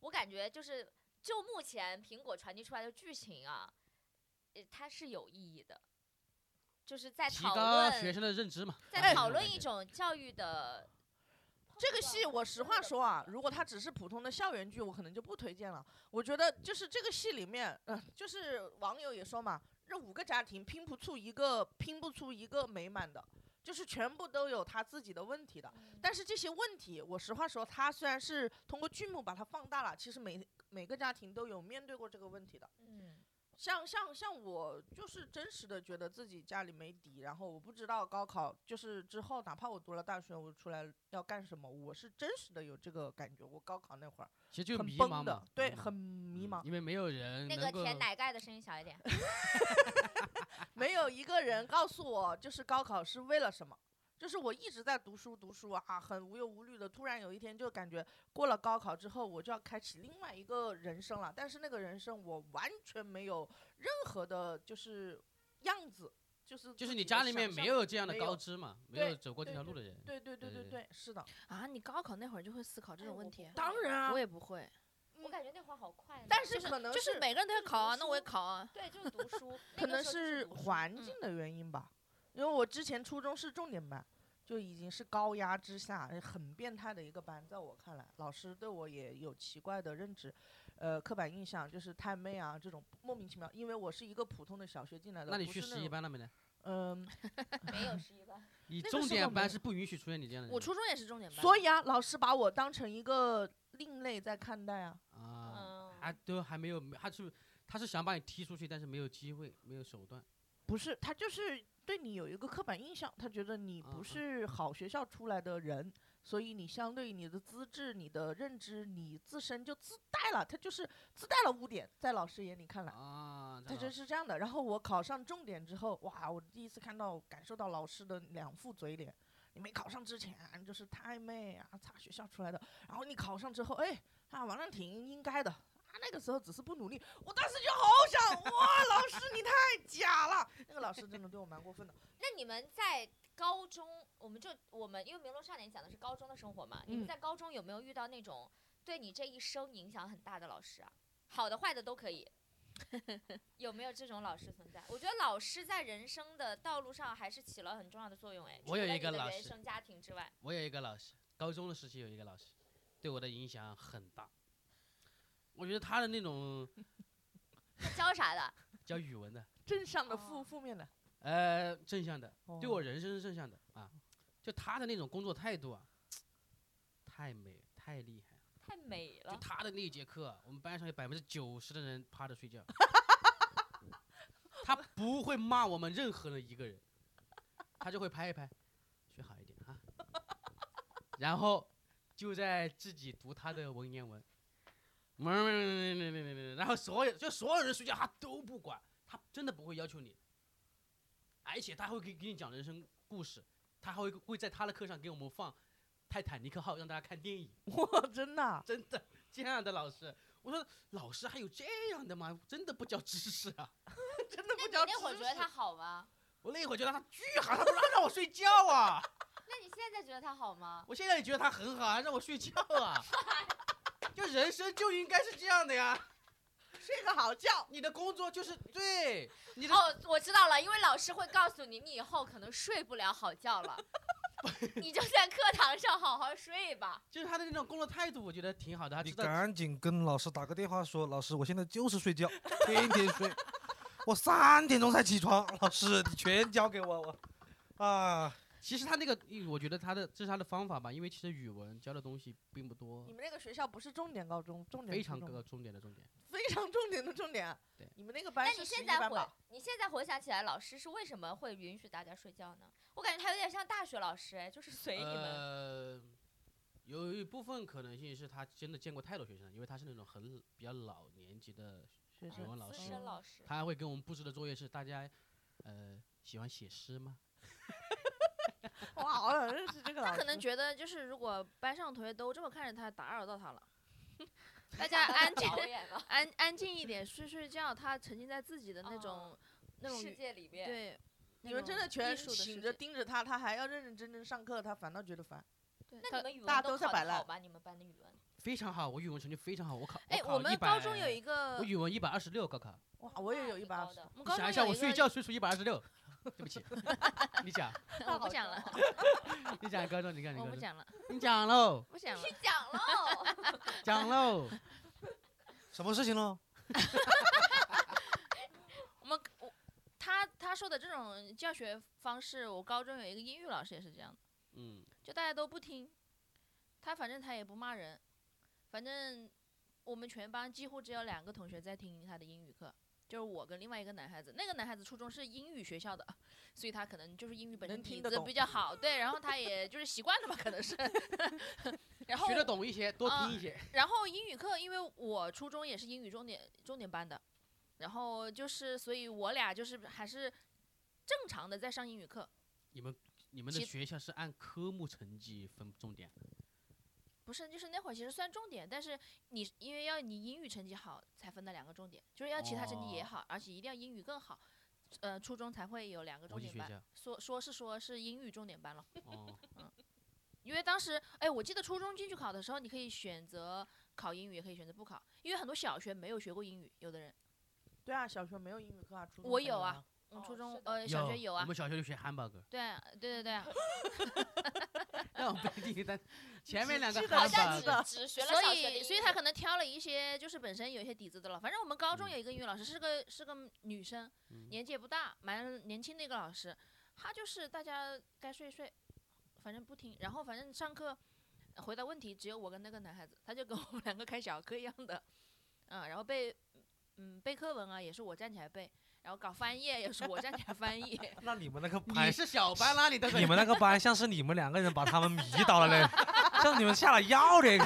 S1: 我感觉就是就目前苹果传递出来的剧情啊，呃，它是有意义的，就是在
S3: 提
S1: 讨
S3: 高学
S1: 论，
S3: 生的认知嘛，
S1: 在
S3: 哎
S1: 讨论一种教育的
S2: 这个戏我实话说啊，如果它只是普通的校园剧，我可能就不推荐了。我觉得就是这个戏里面，呃，就是网友也说嘛，这五个家庭拼不出一个，拼不出一个美满的，就是全部都有他自己的问题的。
S1: 嗯
S2: 但是这些问题，我实话说，它虽然是通过剧目把它放大了，其实每每个家庭都有面对过这个问题的。
S1: 嗯，
S2: 像像像我就是真实的觉得自己家里没底，然后我不知道高考就是之后，哪怕我读了大学，我出来要干什么，我是真实的有这个感觉。我高考那会儿
S3: 其实就
S2: 很
S3: 迷茫
S2: 崩的
S3: 嘛，，
S2: 对，
S3: 嗯
S2: 很迷
S3: 嗯
S2: 茫，
S3: 因为没有人
S1: 那
S3: 能
S1: 个
S3: 够
S1: 舔奶盖的声音小一点，
S2: 没有一个人告诉我就是高考是为了什么。就是我一直在读书读书啊，很无忧无虑的。突然有一天就感觉过了高考之后，我就要开启另外一个人生了。但是那个人生我完全没有任何的，就是样子，就是
S3: 就是
S2: 自
S3: 你
S2: 己的
S3: 家里
S2: 想
S3: 面
S2: 象
S3: 没有这样的
S2: 没有
S3: 高知嘛，没
S2: 对
S3: 有走过这
S2: 对
S3: 条路的人，
S2: 对对对
S3: 对
S2: 对
S3: 对
S2: 对，是的，
S5: 啊，你高考那会儿就会思考这种问题啊？
S2: 当然啊
S5: 我，也不会，
S1: 我感觉那会儿好快乐，啊
S2: 但
S5: 就是
S2: 可能
S5: 就是每个人都要考啊，那我也考啊。
S1: 对，就是读书，那
S2: 可
S1: 个
S2: 能
S1: 时候就是嗯
S2: 是
S1: 读书
S2: 环境的原因吧，因为我之前初中是重点班，就已经是高压之下很变态的一个班，在我看来，老师对我也有奇怪的认知。呃，刻板印象就是太妹啊，这种莫名其妙。因为我是一个普通的小学进来的，
S3: 那你
S2: 不
S3: 去
S2: 是
S3: 十
S2: 那
S3: 一
S2: 种，
S3: 班了没呢？
S2: 嗯、
S1: 没有十一班，
S3: 你
S2: 那个
S3: 重
S2: 时候
S3: 点
S2: 没
S3: 班
S2: 有
S3: 是不允许出现你这样的人的。
S5: 我初中也是重点班，
S2: 所以啊，老师把我当成一个另类在看待啊。
S3: 啊
S1: 嗯，
S3: 还都还没有，他是他是想把你踢出去，但是没有机会，没有手段。
S2: 不是，他就是对你有一个刻板印象，他觉得你
S3: 嗯
S2: 不
S3: 嗯
S2: 是好学校出来的人，所以你相对于你的资质、你的认知，你自身就自带了，他就是自带了污点，在老师眼里看来。
S3: 啊，
S2: 他
S3: 这
S2: 就是这样的。然后我考上重点之后，哇，我第一次看到、感受到老师的两副嘴脸。你没考上之前就是太妹啊，差学校出来的。然后你考上之后，哎，啊，王亮挺应该的。他那个时候只是不努力，我当时就好想，哇，老师你太假了。那个老师真的对我蛮过分的。
S1: 那你们在高中，我们就我们因为《明龙少年》讲的是高中的生活嘛，你们
S2: 嗯
S1: 在高中有没有遇到那种对你这一生影响很大的老师啊？好的、坏的都可以。 有没有这种老师存在？我觉得老师在人生的道路上还是起了很重要的作用。哎，
S3: 我有
S1: 除了
S3: 一个
S1: 你的
S3: 老
S1: 原
S3: 师
S1: 生家庭之外，
S3: 我有一个老师，高中的时期有一个老师，对我的影响很大。我觉得他的那种
S1: 他教啥的？
S3: 教语文的，
S2: 正向的、
S1: 哦
S2: 负负面的，
S3: 呃，正向的，对我
S2: 哦
S3: 人生是正向的啊，就他的那种工作态度啊，太美太厉害了。
S1: 太美
S3: 就
S1: 了，
S3: 他的那一节课，我们班上有百分之九十的人趴着睡觉，他不会骂我们任何人一个人，他就会拍一拍，睡好一点啊，然后就在自己读他的文言文，然后所有就所有人睡觉他都不管，他真的不会要求你，而且他会给给你讲人生故事，他还会会在他的课上给我们放《泰坦尼克号》让大家看电影。
S2: 哇， 真的啊，
S3: 真的这样的老师。我说老师还有这样的吗？真的不教知识啊！
S2: 真的
S1: 那
S2: 不
S1: 你
S2: 讲
S1: 那会儿
S2: 知
S1: 觉得
S2: 识
S1: 他好吗？
S3: 我那会儿觉得他巨好，他不让让我睡觉啊！
S1: 那你现在觉得他好吗？
S3: 我现在也觉得他很好，还让我睡觉 啊！就人生就应该是这样的呀，
S2: 睡个好觉，
S3: 你的工作就是对你的
S1: 哦，我知道了，因为老师会告诉你，你以后可能睡不了好觉了，你就在课堂上好好睡吧。
S3: 就是他的那种工作态度，我觉得挺好的。他
S4: 你
S3: 知道
S4: 赶紧跟老师打个电话说，老师，我现在就是睡觉，天天睡， 我三点钟才起床，老师你全交给我，我啊，
S3: 其实他那个，我觉得他的这是他的方法吧，因为其实语文教的东西并不多
S2: 你，们那个学校不是重点高中，重点
S3: 非
S2: 初
S3: 常
S2: 中
S3: 个重点的重点。
S2: 非常重点的重点。啊
S3: 对
S2: 你们那个
S1: 那
S2: 班
S1: 你
S2: 是
S1: 现
S2: 11
S1: 在
S2: 班
S1: 回
S2: 吧？，
S1: 你现在回想起来，老师是为什么会允许大家睡觉呢？我感觉他有点像大学老师，哎，就是随你们。
S3: 呃，有一部分可能性是他真的见过太多学生了，因为他是那种很比较老年级的，
S2: 学
S3: 语文哎老
S1: 资
S3: 师
S1: 深老师，
S3: 他会给我们布置的作业是大家，呃，喜欢写诗吗？
S2: 哇，好想认识这 个老
S5: 他
S2: 师。
S5: 可能觉得就是如果班上同学都这么看着他，打扰到他了。大家安
S1: 安
S5: 静
S1: 导演了，
S5: 安安静一点，睡睡觉。他沉浸在自己的那种、
S1: 哦
S5: 那种
S1: 世界里面。
S5: 对，
S2: 你
S5: 那
S2: 们真
S5: 种
S2: 的全
S5: 艺术的
S2: 醒
S5: 世
S2: 着
S5: 界。
S2: 盯着他，他还要认认真真上课，他反倒觉得烦。
S5: 对
S1: 那
S5: 他
S1: 你们语文
S2: 大家
S1: 都
S2: 都在
S1: 考得
S2: 摆烂
S1: 好吧？你们班的语文，
S3: 非常好，我语文成绩非常好，我考
S5: 哎，
S3: 我
S5: 我们高中有一
S3: 个，
S5: 个，
S3: 我语文一百二十六高考，
S2: 哇，啊我也有一
S1: 挺
S2: 百
S1: 高
S2: 二十
S1: 的，
S5: 我们
S3: 你
S5: 高
S3: 想一
S5: 中有
S3: 下，我睡
S5: 个，
S3: 觉睡出一百二十六， 对不起，你讲，
S5: 我不讲
S1: 啊
S5: 了，
S3: 你讲高中，你讲你
S5: 我不
S3: 高中，
S5: 讲了，
S3: 你讲喽，
S5: 不讲了。
S1: 你讲哦喽，
S3: 讲喽，
S4: 什么事情喽？
S5: 我们我他他说的这种教学方式，我高中有一个英语老师也是这样的，
S3: 嗯，
S5: 就大家都不听，他反正他也不骂人，反正我们全班几乎只有两个同学在听他的英语课。就是我跟另外一个男孩子，那个男孩子初中是英语学校的，所以他可能就是英语本身
S2: 能听
S5: 底
S2: 得
S5: 子
S2: 懂
S5: 比较好，对，然后他也就是习惯了吧，可 能是。然后
S3: 学得懂一些，多
S5: 啊
S3: 听一些，
S5: 然后英语课，因为我初中也是英语重点重点班的，然后就是，所以我俩就是还是正常的在上英语课，
S3: 你们。你们的
S5: 其
S3: 学校是按科目成绩分重点，
S5: 不是，就是那会儿其实算重点，但是你因为要你英语成绩好才分的两个重点，就是要其他成绩也
S3: 哦
S5: 好，而且一定要英语更好，呃，初中才会有两个
S3: 国
S5: 重
S3: 际
S5: 点
S3: 学
S5: 班，
S3: 校。
S5: 说说是说是英语重点班了。
S3: 哦，
S5: 因为当时，哎，我记得初中进去考的时候，你可以选择考英语，也可以选择不考，因为很多小学没有学过英语，有的人，
S2: 对啊，小学没有英语课啊，初中
S5: 我
S2: 才
S5: 有啊
S2: 啊。
S5: 嗯，
S1: 哦
S5: 初中、
S1: 是的
S5: 呃小学有
S3: 有
S5: 啊
S3: 我，们小学就学汉堡哥，
S5: 对啊对对对啊，
S3: 让我背第一单，前面 两个
S2: 记得
S1: 好
S3: 汉
S1: 像
S3: 堡
S2: 记得
S3: 哥
S1: 只只学了
S5: 所
S1: 小学的
S5: 以
S1: 英
S5: 所以
S1: 语
S5: 他可能挑了一些就是本身有一些底子的了。反正我们高中
S3: 嗯
S5: 有一个英语老师，是个是个女生，
S3: 嗯
S5: 年纪也不大，蛮年轻的一个老师，她就是大家该睡睡，反正不听，然后反正上课呃回答问题只有我跟那个男孩子，他就跟我们两个开小课一样的，嗯，然后背嗯背课文啊也是我站起来背，然后搞翻译也是我站起来翻译，
S4: 那你们那个
S3: 你
S4: 班，
S3: 是小班啦，你都
S4: 你们那个班像是你们两个人把他们迷倒了 嘞，像你们下了药 嘞，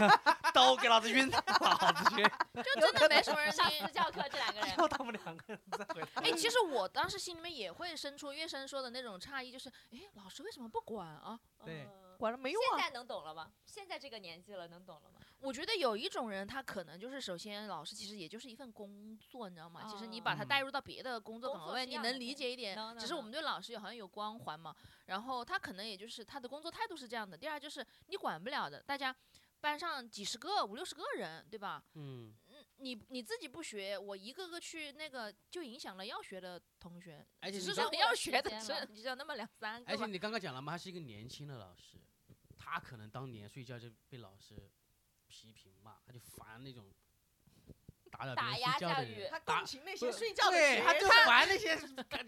S4: 都给老子晕，老子晕，
S5: 就真的没什么人
S1: 上
S5: 听
S1: 私。教课这两个 人，
S4: 要他们两个人再回来。
S5: 哎，其实我当时心里面也会生出月生说的那种诧异，就是哎，老师为什么不管啊？
S4: 对
S1: 嗯
S2: 管了没用
S1: 现
S2: 啊，
S1: 在能懂了吗？现在这个年纪了，能懂了吗？
S5: 我觉得有一种人，他可能就是首先老师其实也就是一份工作，你知道吗？其实你把他
S4: 嗯
S5: 带入到别的工作
S1: 哦工
S5: 岗
S1: 作
S5: 位，
S1: 是
S5: 你
S1: 一样的
S5: 能理
S1: 对嗯
S5: 解一点。
S1: 能
S5: 只
S1: 能
S5: 是我
S1: 能
S5: 们对老师有好像有光环嘛，然后他可能也就是他的工作态度是这样的。第二就是你管不了的，大家班上几十个、五六十个人，对吧？
S3: 嗯，
S5: 嗯，你你自己不学，我一个个去那个，就影响了要学的同学。
S3: 而且
S5: 只
S3: 你
S5: 是
S3: 刚
S5: 说
S1: 过
S5: 要
S1: 了时
S5: 学的
S1: 间了
S5: 只只有那么两三个
S3: 而且
S5: 吧。
S3: 你刚刚讲了嘛，他是一个年轻的老师，他可能当年睡觉就被老师批评骂，他就烦那种打扰别
S1: 打
S3: 人
S1: 压
S3: 睡觉
S1: 教
S3: 的
S1: 育
S3: 人，
S2: 他
S3: 打
S2: 共情那
S3: 不
S2: 些睡觉的
S3: 对，
S2: 学
S3: 他就
S2: 生。
S3: 烦那些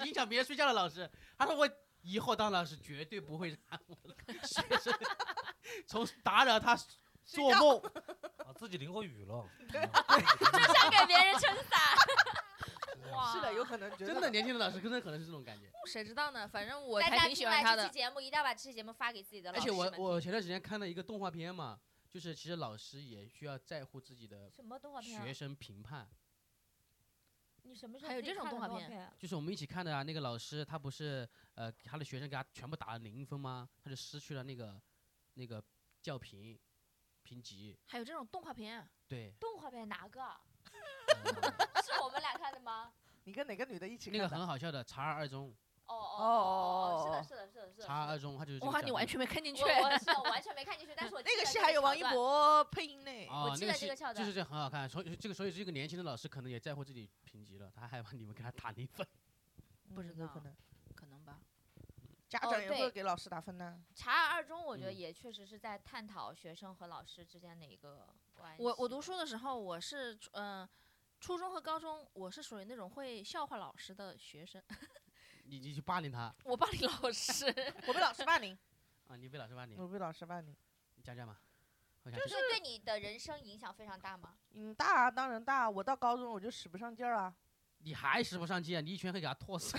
S3: 影响别人睡觉的老师。他说我 以后当老师绝对不会让我的学生从打扰他
S4: 做梦，啊，自己淋过雨了。
S1: 就想给别人撑伞。 哇，
S2: 啊是的，有可能觉得
S3: 真的年轻的老师真的可能是这种感觉。
S5: 谁知道呢？反正我
S1: 大
S5: 还
S1: 家
S5: 挺喜
S1: 听
S5: 欢他
S1: 完这
S5: 的
S1: 期。节目，一定要把这期节目发给自己的老
S3: 而
S1: 师
S3: 且我
S1: 们
S3: 我
S1: 听
S3: 前段时间看了一个动画片嘛，就是其实老师也需要在乎自己的
S1: 什么动画片啊？
S3: 学生评判。
S1: 你什么时候
S5: 还有
S1: 自己
S5: 这种
S1: 看的
S5: 动
S1: 动
S5: 画
S1: 画
S5: 片
S1: 片啊？，
S3: 就是我们一起看的啊，那个老师他不是呃他的学生给他全部打了零分吗？他就失去了那个那个教评评级。
S5: 还有这种动画片啊，
S3: 对
S1: 动画片哪个 啊？
S3: 呃
S1: 是我们俩看的吗？
S2: 你跟哪个女的一起
S3: 那
S2: 看
S3: 个
S2: 的？
S3: 很好笑的查二二中，
S1: 哦哦
S2: 哦
S1: 哦，是的，是的，是的，是的。
S3: 查二二中他就是这个
S5: 哇，
S3: 角
S5: 你完
S3: 度
S5: 全没看进去
S1: 我。我是我完全没看进去，但是我记
S2: 那
S1: 得
S2: 个戏
S1: 这
S2: 还有王
S1: 桥
S2: 一
S1: 段。
S2: 博配音呢。
S3: 啊，
S1: 我记得
S3: 那个
S1: 这
S3: 戏
S1: 个桥
S3: 就
S1: 段
S3: 是这很好看，所以这个所以这个年轻的老师可能也在乎自己评级了，他害怕你们给他打零分。
S5: 不知
S2: 嗯有可
S5: 道
S2: 能
S5: 可能吧。
S2: 家
S1: 哦
S2: 长也
S1: 对
S2: 会给老师打分呢。
S1: 查二中，我觉得
S3: 嗯
S1: 也确实是在探讨学生和老师之间的一个关系。
S5: 我我读书的时候，我是嗯、呃初中和高中我是属于那种会笑话老师的学生，
S3: 你你去霸凌他
S5: 我霸凌老师。
S2: 我被老师霸 凌，
S3: 啊，你被老师霸凌，
S2: 我被老师霸凌。
S3: 你讲讲吧。我想
S1: 就
S3: 听
S1: 是对你的人生影响非常大吗？
S2: 嗯，大啊，当然大啊。我到高中我就使不上劲儿啊，
S3: 你还使不上劲啊，你一拳可以给他拓 死。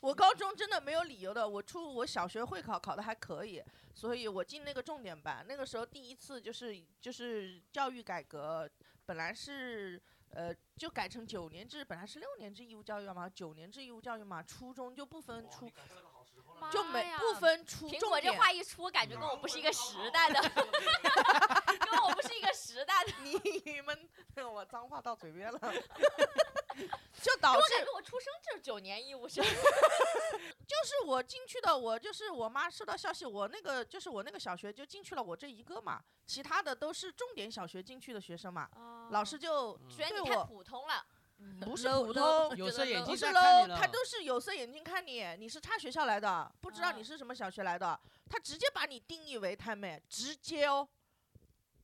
S2: 我高中真的没有理由的，我初我小学会考考的还可以，所以我进那个重点班。那个时候第一次就是就是教育改革，本来是呃就改成九年制，本来是六年制义务教育嘛，九年制义务教育嘛，初中就不分初就没
S1: 哎妈呀
S2: 不分初
S1: 苹
S2: 重
S1: 果这
S2: 点。
S1: 话一出，感觉跟我不是一个时代 的，跟我不是一个时代的。
S2: 你们 我脏话到嘴边了， 就导
S1: 我
S2: 致
S1: 感觉我出生就是九年义务 生，
S2: 就是我进去的，我就是我妈收到消息，我那个就是我那个小学就进去了我这一个嘛，其他的都是重点小学进去的学生嘛，老
S1: 哦
S2: 师就
S1: 觉得
S2: 对
S1: 你太
S2: 我
S1: 普通了。
S2: 不是
S5: low-
S2: 普
S5: low，
S2: 通
S3: 有
S5: 觉得
S3: 色眼
S5: low
S3: 镜
S2: 不是
S3: 在看
S2: low，
S3: 嗯你了
S2: 他都是有色眼镜看你，你是差学校来的，不知
S3: 嗯
S2: 道
S1: 啊
S2: 你是什么小学来的，他直接把你定义为太妹，直接哦。
S3: 嗯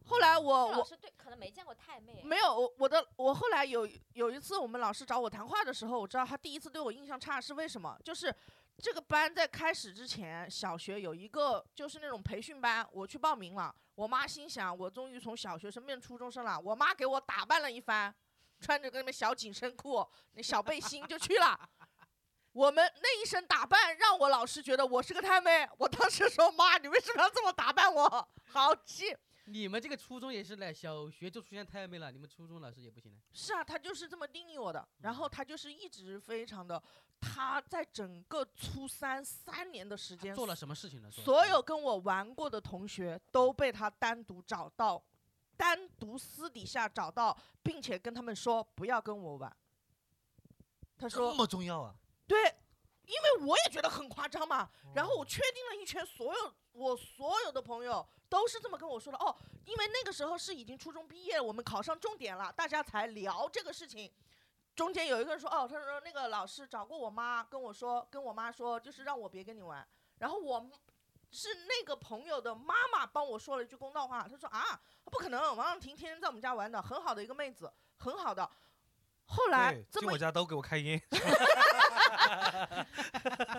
S2: 后来我
S3: 啊
S1: 这老
S2: 我
S1: 师对可能没见过太妹，
S2: 没有，我我的我后来有有一次，我们老师找我谈话的时候，我知道他第一次对我印象差是为什么，就是这个班在开始之前，小学有一个就是那种培训班，我去报名了。我妈心想，我终于从小学生变初中生了。我妈给我打扮了一番，穿着个什么小紧身裤、那小背心就去了。我们那一身打扮让我老师觉得我是个太妹，我当时说妈，你为什么要这么打扮我？好气！
S3: 你们这个初中也是嘞，小学就出现太妹了，你们初中老师也不行嘞。
S2: 是啊，他就是这么定义我的。然
S3: 嗯
S2: 后他就是一直非常的，他在整个初三三年的时
S3: 他
S2: 间，
S3: 做了什么事情呢？说
S2: 所有跟我玩过的同学都被他单独找到，单独私底下找到，并且跟他们说不要跟我玩。他
S4: 这
S2: 说
S4: 么重要啊？
S2: 对，因为我也觉得很夸张嘛。然后我确定了一圈，所有我所有的朋友都是这么跟我说的。哦，因为那个时候是已经初中毕业，我们考上重点了，大家才聊这个事情。中间有一个人说，哦，他说那个老师找过我妈，跟我说，跟我妈说，就是让我别跟你玩。然后我是那个朋友的妈妈帮我说了一句公道话，她说啊，不可能，王浪婷天天在我们家玩的，很好的一个妹子，很好的。后来
S4: 对，
S2: 这
S4: 进
S2: 么
S4: 我家都给我开烟。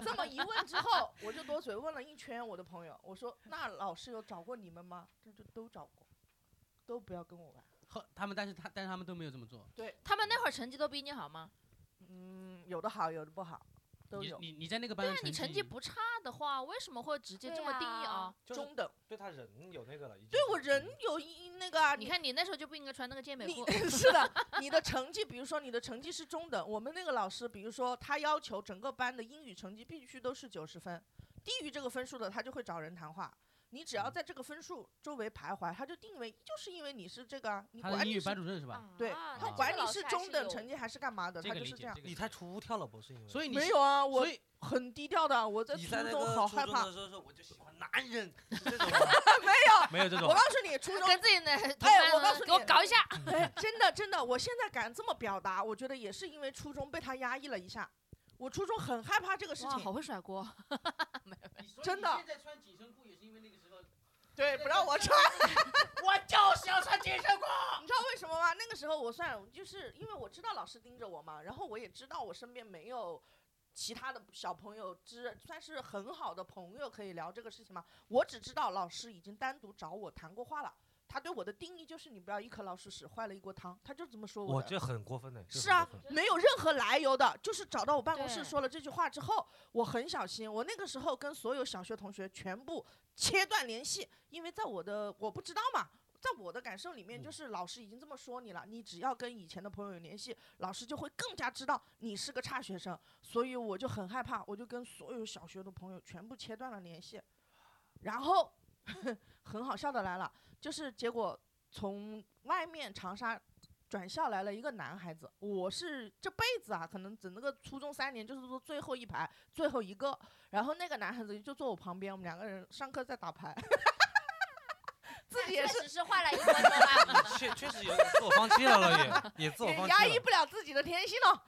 S2: 这么一问之后，我就多嘴问了一圈我的朋友，我说：“那老师有找过你们吗？”这就都找过，都不要跟我玩。
S3: 后他们，但是他但是他们都没有这么做。
S5: 他们那会儿成绩都比你好吗？
S2: 嗯，有的好，有的不好，都
S3: 你
S2: 有，
S3: 你你在那个班
S5: 对
S3: 的
S5: 啊，你成绩
S3: 绩
S5: 不差的话，为什么会直接
S1: 对
S5: 这么定义
S1: 啊
S5: 啊？
S4: 就是
S2: 中等。
S4: 对他人有那个了，已经
S2: 对我人有一那个啊，
S5: 你看你那时候就不应该穿那个健美
S2: 你
S5: 裤。
S2: 是的，你的成绩，比如说你的成绩是中等，我们那个老师，比如说他要求整个班的英语成绩必须都是九十分，低于这个分数的，他就会找人谈话。你只要在这个分数周围徘徊，他就定为就是因为你是这个啊，你
S3: 他的
S2: 管
S3: 英
S2: 你
S3: 语
S2: 是
S3: 班主任是吧？
S2: 对
S1: 啊
S2: 他
S1: 那
S2: 管
S1: 这个
S2: 你
S1: 老
S2: 是
S1: 师还
S2: 中等
S1: 有
S2: 成绩还是干嘛的，
S3: 这
S2: 他
S3: 个
S2: 就
S3: 理
S2: 是
S3: 解
S2: 这样。
S3: 这个
S4: 你
S3: 理
S4: 太
S3: 解
S4: 出跳了，不是因为
S3: 所以你
S2: 没
S3: 是
S2: 有啊，我
S3: 所以
S2: 很低调的，我在
S4: 你
S2: 初
S4: 在那
S2: 中
S4: 个
S2: 好
S4: 初
S2: 害
S4: 中
S2: 怕
S4: 的。时候说我就喜欢男人，是这种 吗 没有没有这
S2: 我
S4: 种
S2: 告，诉你，初中
S5: 跟自己的同
S2: 哎
S5: 班
S2: 我
S5: 的
S2: 告诉
S5: 给我
S2: 你
S5: 搞一下，
S2: 哎， 真的真的，我现在敢这么表达，我觉得也是因为初中被他压抑了一下。我初中很害怕这个事
S5: 哇，
S2: 情，
S5: 好会甩锅！
S2: 真的
S3: 现在穿紧身裤也是因为那个时候，
S2: 对，不让我 穿。
S3: 我就是要穿紧身裤。
S2: 你知道为什么吗？那个时候我算就是因为我知道老师盯着我嘛，然后我也知道我身边没有其他的小朋友之算是很好的朋友可以聊这个事情吗？我只知道老师已经单独找我谈过话了，他对我的定义就是你不要一颗老鼠屎坏了一锅汤，他就这么说
S4: 我
S2: 的。
S4: 这很过分的。这
S2: 是
S4: 很
S2: 啊
S4: 过分，
S2: 没有任何来由的，就是找到我办公室
S5: 对
S2: 说了这句话之后，我很小心。我那个时候跟所有小学同学全部切断联系，因为在我的我不知道嘛，在我的感受里面，
S4: 嗯
S2: 就是老师已经这么说你了，你只要跟以前的朋友有联系，老师就会更加知道你是个差学生，所以我就很害怕，我就跟所有小学的朋友全部切断了联系。然后很好笑的来了，就是结果从外面长沙转校来了一个男孩子，我是这辈子啊，可能整个初中三年就是坐最后一排最后一个，然后那个男孩子就坐我旁边，我们两个人上课在打牌， 自己也
S1: 确
S2: 是
S1: 实是坏了一锅粥吧。
S4: 确确实有点自我放弃了了， 也也自我
S2: 也
S4: 放
S2: 压
S4: 弃
S2: 抑
S4: 了。
S2: 不了自己的天性了，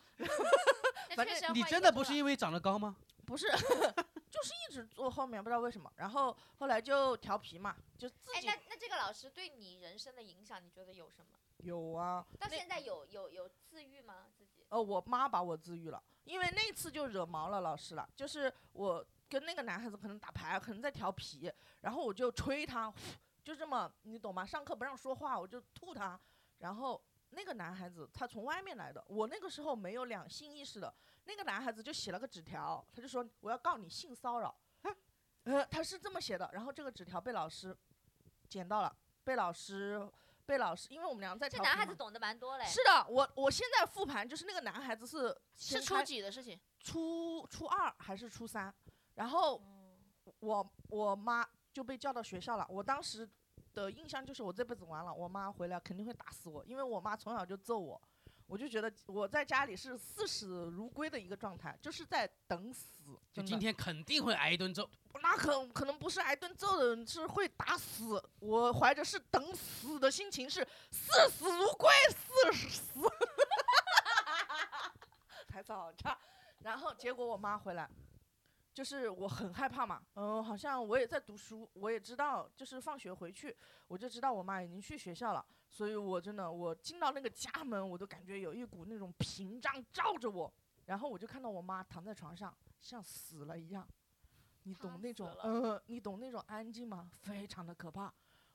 S1: 那确实要
S3: 你
S1: 换一
S3: 真
S1: 个
S3: 的
S1: 做
S3: 不是
S1: 了
S3: 因为长得高吗？
S2: 不是， 就是一直坐后面，不知道为什么，然后后来就调皮嘛，就自
S1: 哎，
S2: 己
S1: 那那这个老师对你人生的影响，你觉得有什么？
S2: 有啊，
S1: 到
S2: 那
S1: 现在有有有自愈吗？自己？
S2: 呃，我妈把我治愈了，因为那次就惹毛了老师了，就是我跟那个男孩子可能打牌，可能在调皮，然后我就吹他， 就这么你懂吗？上课不让说话，我就吐他，然后。那个男孩子他从外面来的，我那个时候没有两性意识的。那个男孩子就写了个纸条，他就说我要告你性骚扰，呃，他是这么写的。然后这个纸条被老师捡到了，被老师被老师，因为我们俩在
S1: 这
S2: 调
S1: 男
S2: 皮
S1: 孩
S2: 嘛
S1: 子懂得蛮多嘞。
S2: 是的，我我现在复盘，就是那个男孩子是
S5: 是
S2: 先
S5: 初
S2: 开
S5: 几的事情？
S2: 初初二还是初三，然
S5: 哦
S2: 后
S1: 嗯
S2: 我我妈就被叫到学校了。我当时的印象就是我这辈子完了，我妈回来肯定会打死我，因为我妈从小就揍我，我就觉得我在家里是视死如归的一个状态，就是在等死。
S3: 就
S2: 真的
S3: 今天肯定会挨一顿揍。
S2: 那可可能不是挨顿揍的，是会打死。我怀着是等死的心情，是视死如归，视死。 台词好差。然后结果我妈回来，就是我很害怕嘛，嗯，好像我也在读书，我也知道，就是放学回去，我就知道我妈已经去学校了，所以我真的，我进到那个家门，我都感觉有一股那种屏障罩着我，然后我就看到我妈躺在床上，像死了一样，你
S1: 她
S2: 懂那
S1: 死
S2: 种
S1: 了，
S2: 嗯，你懂那种安静吗？非常的可怕。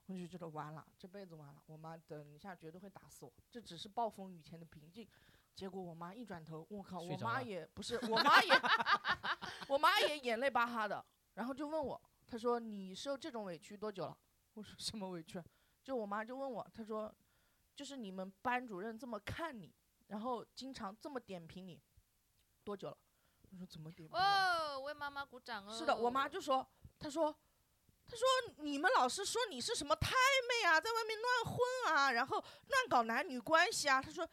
S2: 我就觉得完了，这辈子完了，我妈等一下绝对会打死我。这只是暴风雨前的平静。结果我妈一转头，我靠，
S3: 睡
S2: 我
S3: 着
S2: 妈
S3: 了
S2: 也不是，我妈也， 我妈也眼泪巴哈的，然后就问我，她说你受这种委屈多久了？我说什么委屈啊？就我妈就问我，她说，就是你们班主任这么看你，然后经常这么点评你，多久了？我说怎么点评我？
S5: 哦，为妈妈鼓掌哦。
S2: 嗯是的，我妈就说，她说，她说你们老师说你是什么太妹啊，在外面乱混啊，然后乱搞男女关系啊。她说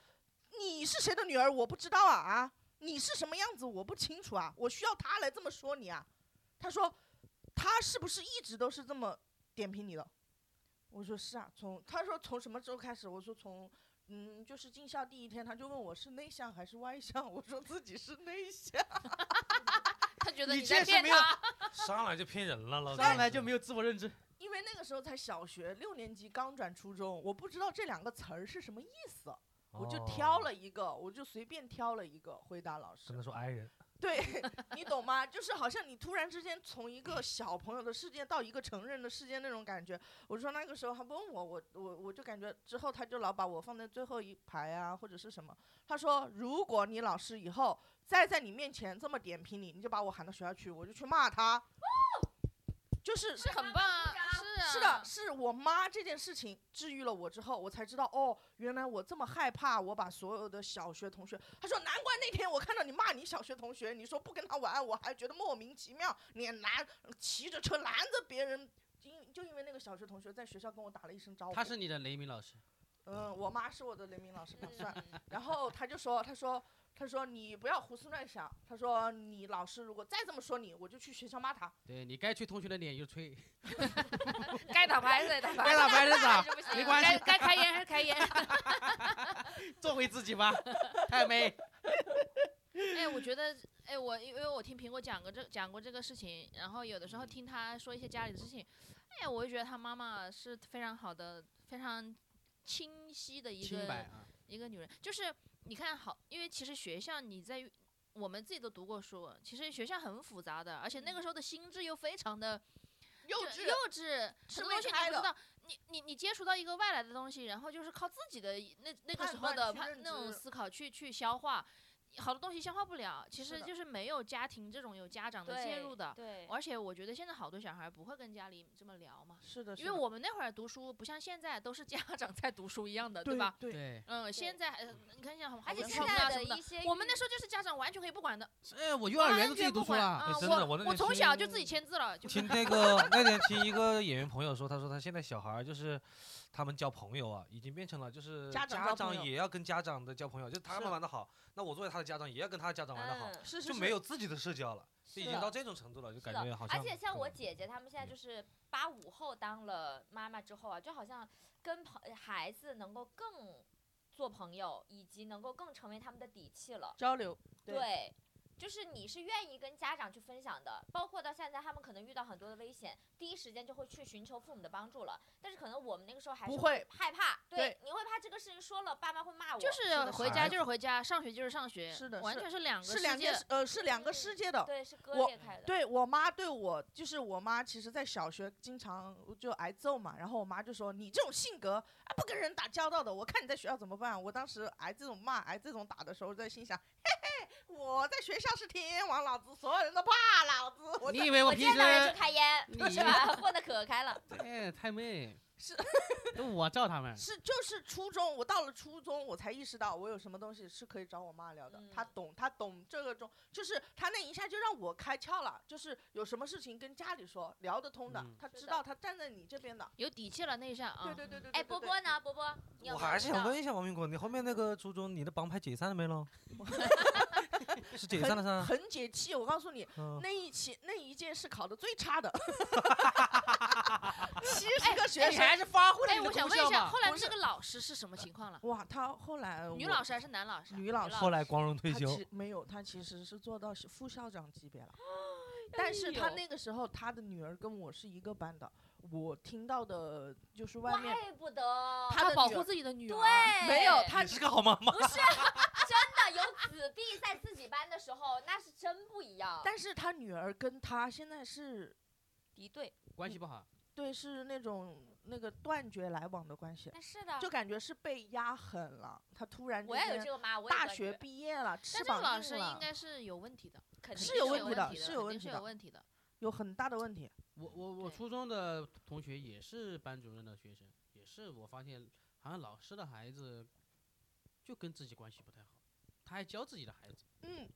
S2: 你是谁的女儿，我不知道啊啊，你是什么样子我不清楚啊，我需要她来这么说你啊。她说她是不是一直都是这么点评你的？我说是啊，从她说从什么时候开始？我说从。嗯，就是进校第一天，她就问我是内向还是外向，我说自己是内向。
S5: 她觉得
S3: 你
S5: 你
S3: 这
S5: 在
S3: 是
S5: 骗
S3: 没有
S5: 她。
S4: 上来就骗人了，老
S3: 上来就没有自我认知，
S2: 因为那个时候才小学六年级，刚转初中，我不知道这两个词儿是什么意思，
S4: 哦
S2: 我就挑。了一个，我就随便挑了一个回答老
S4: 只
S2: 师
S4: 能。说挨人，
S2: 对 你懂吗？就是好像你突然之间从一个小朋友的世界到一个成人的世界那种感觉。我说那个时候他问我，我我我就感觉之后他就老把我放在最后一排啊，或者是什么。他说如果你老师以后再在你面前这么点评你，你就把我喊到学校去，我就去骂他。就是
S5: 是很棒啊，是啊，
S2: 是的，是我妈这件事情治愈了我之后，我才知道哦，原来我这么害怕，我把所有的小学同学，她说难怪那天我看到你骂你小学同学，你说不跟他玩，我还觉得莫名其妙，你拦骑着车拦着别人，因就因为那个小学同学在学校跟我打了一声招呼，
S3: 他是你的雷鸣老师。
S2: 嗯，我妈是我的雷鸣老师，不算，
S1: 嗯，
S2: 然后他就说，他说，他说你不要胡思乱想，他说你老师如果再这么说你，我就去学校骂他，
S3: 对你该吹同学的脸就吹，
S5: 该打牌还是
S1: 嗯
S5: 打牌，
S3: 该打牌 的
S1: 还
S3: 打
S1: 是，不行
S3: 没关
S5: 该
S3: 系，
S5: 该开烟还是开烟。
S3: 做回自己 吧，太妹。
S5: 哎，我觉得，哎，我因为我听苹果讲过这讲过这个事情，然后有的
S2: 嗯
S5: 时候听他说一些家里的事情，哎，我就觉得他妈妈是非常好的，非常清晰的一
S3: 清白
S5: 个
S3: 啊，
S5: 一个女人。就是你看好，因为其实学校你在我们自己都读过书，其实学校很复杂的，而且那个时候的心智又非常的
S2: 幼
S5: 就
S2: 稚
S5: 幼稚，
S2: 是
S5: 很多
S2: 未
S5: 东西你
S2: 开
S5: 不
S2: 的
S5: 知道，你你你接触到一个外来的东西，然后就是靠自己的一那那个
S2: 判
S5: 时候
S2: 断
S5: 的
S2: 去
S5: 判
S2: 认
S5: 那种
S2: 知
S5: 思考去去消化，好多东西消化不了，其
S2: 是
S5: 实
S2: 的
S5: 就是没有家庭这种有家长的介入的，
S1: 对，
S5: 而且我觉得现在好多小孩不会跟家里这么聊嘛，
S2: 是的，
S5: 因为我们那会儿读书不像现在都是家长在读书一样的，
S2: 对
S5: 吧？
S2: 对，
S3: 对，
S5: 嗯，现在呃你看像
S1: 而
S5: 而
S1: 且
S2: 我
S1: 现
S2: 上
S1: 在
S5: 什
S1: 的
S5: 么
S1: 一
S5: 的，
S1: 些
S5: 我们那时候就是家长完全可以不管的，
S3: 哎，我幼儿园都
S5: 完
S3: 自己
S5: 全
S3: 读
S5: 不
S3: 书
S5: 管
S3: 了，
S5: 啊
S4: 哎真的我
S5: 我
S4: 那年
S5: 从
S4: 轻
S5: 小就自己签字了，就
S4: 听那个那天听一个演员朋友说，他说他现在小孩儿就是他们交朋友啊，已经变成了就是
S2: 家长交朋友
S4: 也要跟家长的交朋友，就是他
S2: 是
S4: 们玩的好，那我作为他的家长也要跟他的家长玩的好，
S1: 嗯
S2: 是是
S4: 就没有自己的社交了，
S1: 是
S4: 就已经到这种程度了，就感
S1: 是
S4: 觉
S1: 的
S4: 好像。嗯
S1: 而且像我姐姐她们现在就是八五后当了妈妈之后啊，就好像跟朋孩子能够更做朋友，以及能够更成为他们的底气了。
S2: 交流，对
S1: 对，就是你是愿意跟家长去分享的，包括到现在他们可能遇到很多的危险，第一时间就会去寻求父母的帮助了。但是可能我们那个时候还是
S2: 不会
S1: 害怕，
S2: 对
S1: 你会怕这个事情说了，爸妈会骂我，
S5: 就是回
S4: 孩
S5: 家
S4: 子
S5: 就是回家，上学就是上学，
S2: 是的
S5: 完
S2: 是
S5: 全是两个
S2: 是
S5: 世
S2: 两
S5: 界
S2: 件，事呃是两个
S1: 嗯
S2: 世界的，
S1: 对是割
S2: 我
S1: 裂开的，
S2: 对我妈对我，就是我妈，其实在小学经常就挨揍嘛，然后我妈就说你这种性格啊，不跟人打交道的，我看你在学校怎么办？啊我当时挨这种骂、挨这种打的时候，在心想，嘿嘿，我在学校是天王，老子所有人都怕老子，我
S3: 你以为我
S1: 我
S3: 平
S1: 见到人
S3: 时
S1: 就开烟，
S3: 你
S1: 是吧？混的可开了，
S3: 哎太妹
S2: 是，
S3: 都我罩他们，
S2: 是就是初中，我到了初中，我才意识到我有什么东西是可以找我妈聊的。她
S1: 嗯
S2: 懂，她懂这个中，就是她那一下就让我开窍了，就是有什么事情跟家里说，聊得通的，
S3: 嗯
S2: 她
S1: 是
S2: 知
S1: 的
S2: 道她站在你这边的。
S5: 有底气了那一下啊。
S2: 对对对对对。
S1: 哎，
S2: 对
S1: 波
S2: 对
S1: 波呢？波波，你有
S4: 我
S1: 没有
S4: 还是
S1: 遇
S4: 想
S1: 到
S4: 问一下王明国，你后面那个初中你的帮派解散了没 喽？是解
S2: 很
S4: 散
S3: 嗯
S4: 了噻。
S2: 很解气，我告诉你，
S4: 嗯，
S2: 那一期那一届是考的最差 的，七十个学
S3: 你
S2: 生。
S3: 还是发挥了
S5: 哎，
S3: 你的
S5: 我想
S3: 功
S5: 问
S3: 效
S5: 一下，
S3: 嘛
S5: 后。来
S2: 不是
S5: 那个老师是什么情况了？
S2: 哇，他后来
S5: 女
S2: 呃我
S5: 老师还是男老师啊？
S2: 女老师
S5: 师
S4: 后来光荣退
S2: 他
S4: 休
S2: 其，没有，他其实是做到是副校长级别了，但是
S5: 哎
S2: 他
S1: 呦
S2: 那个时候他的女儿跟我是一个班的，我听到的就是外面
S1: 怪不得
S2: 她的
S5: 保
S2: 女
S5: 护
S2: 儿
S5: 自己的女儿。啊
S1: 对，
S2: 没有他
S4: 你是个好妈妈。
S1: 不是真的有子弟在自己班的时候，那是真不一样。
S2: 但是他女儿跟他现在是
S1: 敌对，
S3: 关系不好，
S2: 对是那种那个断绝来往的关系，
S5: 哎
S1: 那是的
S2: 就感觉是被压狠了，他突然
S1: 我
S2: 之
S1: 要有
S2: 间
S1: 这个妈，我也
S2: 大
S1: 感
S2: 学
S1: 觉
S2: 毕业了，翅
S5: 但这个
S2: 膀
S5: 老
S2: 硬
S5: 师
S2: 了
S5: 应该是有问题的，
S1: 肯定
S2: 是
S5: 肯定
S2: 有问
S5: 是有
S2: 题的
S5: 题
S2: 是有
S5: 肯
S2: 问
S5: 定
S2: 题
S5: 是
S2: 的
S5: 有问题的。
S2: 有很大的问题。
S3: 我我我
S1: 对
S3: 初中的同学也是班主任的学生，也是我发现好像老师的孩子就跟自己关系不太好，他还教自己的孩子。
S2: 嗯，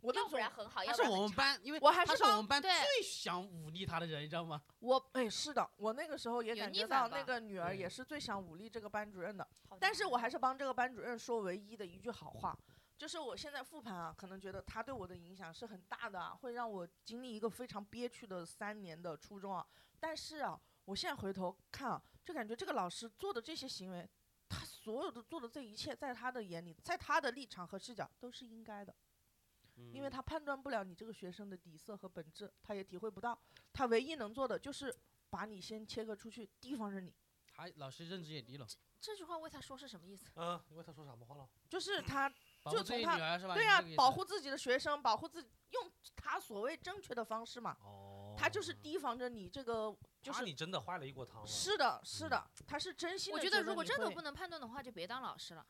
S2: 我
S1: 要
S2: 那
S1: 不然
S2: 种
S1: 很好，
S3: 他
S1: 要不
S3: 是
S1: 然
S3: 我
S1: 很
S3: 们
S1: 差。
S3: 班，因为
S2: 我还
S3: 他
S2: 是
S3: 是我们班
S5: 对
S3: 最想忤逆他的人，你知道吗？
S2: 我哎是的，我那个时候也
S5: 有
S2: 感
S5: 逆
S2: 觉
S5: 反
S2: 到
S5: 吧嗯
S2: 那个女儿也
S3: 对
S2: 是最想武力这个班主任的，
S1: 好
S2: 但是
S1: 难
S2: 我还是帮这个班主任说唯一的一句好话，就是我现在复盘啊，可能觉得他对我的影响是很大的、啊，会让我经历一个非常憋屈的三年的初中啊。但是啊，我现在回头看啊，就感觉这个老师做的这些行为，他所有的做的这一切，在他的眼里，在他的立场和视角都是应该的。因为
S3: 嗯
S2: 他判断不了你这个学生的底色和本质，他也体会不到。他唯一能做的就是把你先切割出去，提防着你。
S3: 他老师认知也低了，
S5: 这句话为他说是什么意思？
S4: 嗯，因为他说什么话了？
S2: 就是他，
S3: 保
S2: 就
S3: 护自
S2: 从
S3: 己女
S2: 他
S3: 儿是吧？
S2: 对
S3: 你
S2: 呀、
S3: 这个意
S2: 保
S3: 思
S2: 护自己的学生，保护自己，用他所谓正确的方式嘛。
S4: 哦，哦
S2: 他就是提防着你这个，就
S4: 怕
S2: 是
S4: 你真的坏了一锅汤了。
S2: 是的，是的，
S4: 嗯
S2: 他是真心
S5: 我
S2: 的。
S5: 觉得如果
S2: 这
S5: 这
S2: 都
S5: 都不，能判断的话，就别当老师了。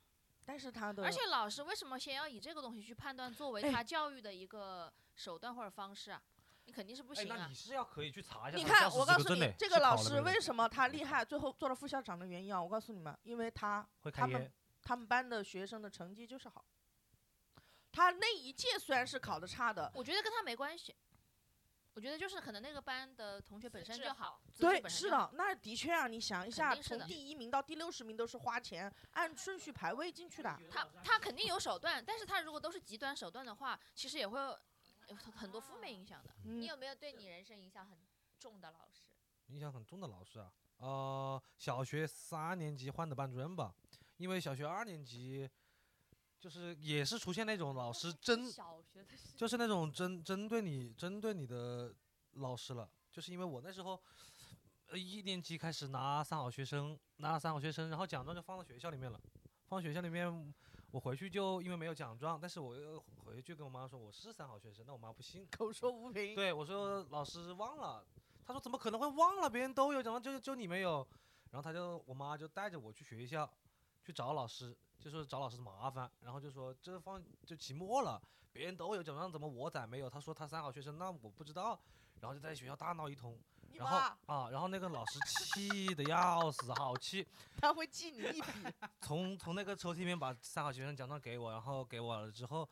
S2: 但是他的，
S5: 而且老师为什么先要以这个东西去判断作为
S2: 哎
S5: 他教育的一个手段或者方式啊？你肯定是不
S4: 哎，
S5: 行
S4: 那
S5: 啊
S4: 你！是要可以去查一下
S2: 你
S4: 他
S2: 看
S4: 教，师
S2: 我
S4: 资
S2: 告
S4: 格
S2: 诉
S4: 证
S2: 你
S4: 嘞，
S2: 这
S4: 是
S2: 个
S4: 考
S2: 老
S4: 了
S2: 师
S4: 没
S2: 为什么他厉害，最后做了副校长的原因啊，我告诉你们，因为他
S4: 会
S2: 他
S4: 开
S2: 们
S4: 烟？
S2: 他们班的学生的成绩就是好。他那一届虽然是考的差的，
S5: 我觉得跟他没关系。我觉得就是可能那个班的同学本身就好，资质
S2: 对，
S5: 本身
S2: 是
S5: 就好，
S2: 的，那的确啊，你想一
S5: 肯
S2: 下，
S5: 定是
S2: 从
S5: 的
S2: 第一名到第六十名都是花钱按顺序排位进去的，
S5: 他他肯定有手段，但是他如果都是极端手段的话，其实也会有很多负面影响的。
S1: 你
S2: 嗯，
S1: 有没有对你人生影响很重的老师？
S4: 影响很重的老师啊。呃，小学三年级换的班主任吧，因为小学二年级就是也是出现那种老师针，
S1: 小学的事，
S4: 就是那种针针对你针对你的老师了，就是因为我那时候。呃，一年级开始拿三好学生，拿了三好学生，然后奖状就放到学校里面了。放学校里面，我回去就因为没有奖状，但是我又回去跟我妈说我是三好学生，那我妈不信。
S2: 口说无凭。
S4: 对，我说老师忘了，他说怎么可能会忘了？别人都有奖状，就就你没有。然后他就我妈就带着我去学校去找老师，就说找老师麻烦，然后就说这放就期末了，别人都有奖状，怎么我咋没有？他说他三好学生，那我不知道。然后就在学校大闹一通，
S2: 你
S4: 然后
S2: 妈
S4: 啊，然后那个老师气的要死，好气，
S2: 他会记你 一笔，
S4: 从从那个抽屉里面把三好学生奖状给我，然后给我了之后，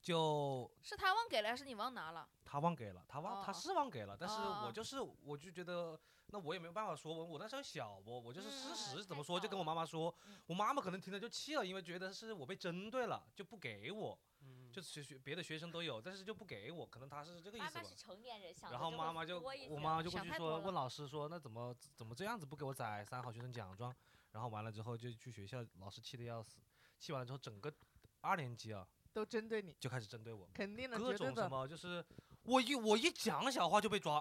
S4: 就是
S5: 他忘给了还是你忘拿了？
S4: 他忘给了，他忘、他
S5: 哦
S4: 是忘给了，但是
S5: 哦
S4: 我
S5: 哦
S4: 就是我就觉得，那我也没有办法说，我我那时候小，我我就是事
S5: 嗯
S4: 实
S1: 嗯
S4: 怎
S1: 太
S4: 么说，就
S1: 小
S4: 跟
S1: 了
S4: 我妈妈说，
S5: 嗯
S4: 我妈妈可能听了就气了，因为觉得是我被针对了，就不给我，
S3: 嗯
S4: 就学学别的学生都有，但是就不给我，可能他是这个意
S1: 妈
S4: 思
S1: 妈
S4: 吧
S1: 是。成年人，想
S4: 然
S1: 的
S4: 后
S1: 就
S4: 妈
S1: 会
S4: 妈就
S1: 多一
S4: 我
S1: 些
S4: 妈妈就过
S5: 想
S4: 去
S5: 太
S4: 说
S5: 多了
S4: 问老师说那怎么怎么这样子不给我载三好学生奖状，然后完了之后就去学校，老师气得要死，气完了之后整个二年级啊
S2: 都针对你，
S4: 就开始针对我，
S2: 肯定的，
S4: 各
S2: 绝对
S4: 种什
S2: 的。
S4: 么，就是我一我一讲小话就被 抓。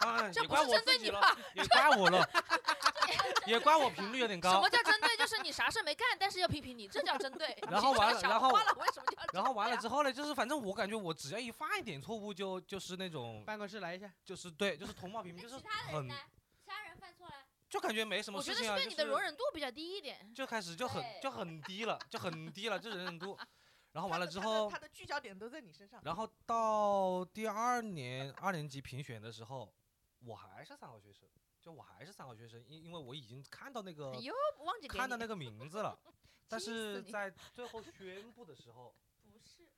S4: 啊，
S5: 这
S4: 也
S5: 不
S4: 怪
S5: 是
S4: 我
S5: 针对
S4: 自己
S5: 你
S4: 了，
S5: 吧？
S4: 也怪我 了，也怪我频率有点
S5: 什
S4: 高
S5: 么。叫针对？就是你啥事没干，但是要批评你，这叫针对。
S4: 然后
S5: 你
S4: 完
S5: 这
S4: 了
S5: 个小
S4: 然后
S5: 花了，为什么叫针对啊？
S4: 然后完了之后呢，就是反正我感觉我只要一犯一点错误就就是那种
S3: 办公室来一下，
S4: 就是对就是同貌平平，就是
S1: 那其他人
S4: 很
S1: 呢？其他人犯错了，
S4: 就感觉没什么
S5: 我觉
S4: 事
S5: 得
S4: 情
S5: 是
S4: 啊，
S5: 对
S4: 就
S5: 你的
S4: 是
S5: 容忍度比较低一点。
S4: 就开始就很
S1: 对
S4: 就很低了，就很低了，就忍忍 度。然后完
S2: 他
S4: 了
S2: 的
S4: 之
S2: 他的
S4: 后
S2: 他，的聚焦点都在你身上。
S4: 然后到第二年二年级评选的时候，我还是三好学生，就我还是三好学生，因因为我已经看到那
S3: 哎
S4: 个
S5: 哟，忘记给
S4: 看到
S5: 你
S4: 那个名字 了，但
S5: 气死
S4: 是
S5: 你
S4: 在最后宣布的时候，
S1: 不是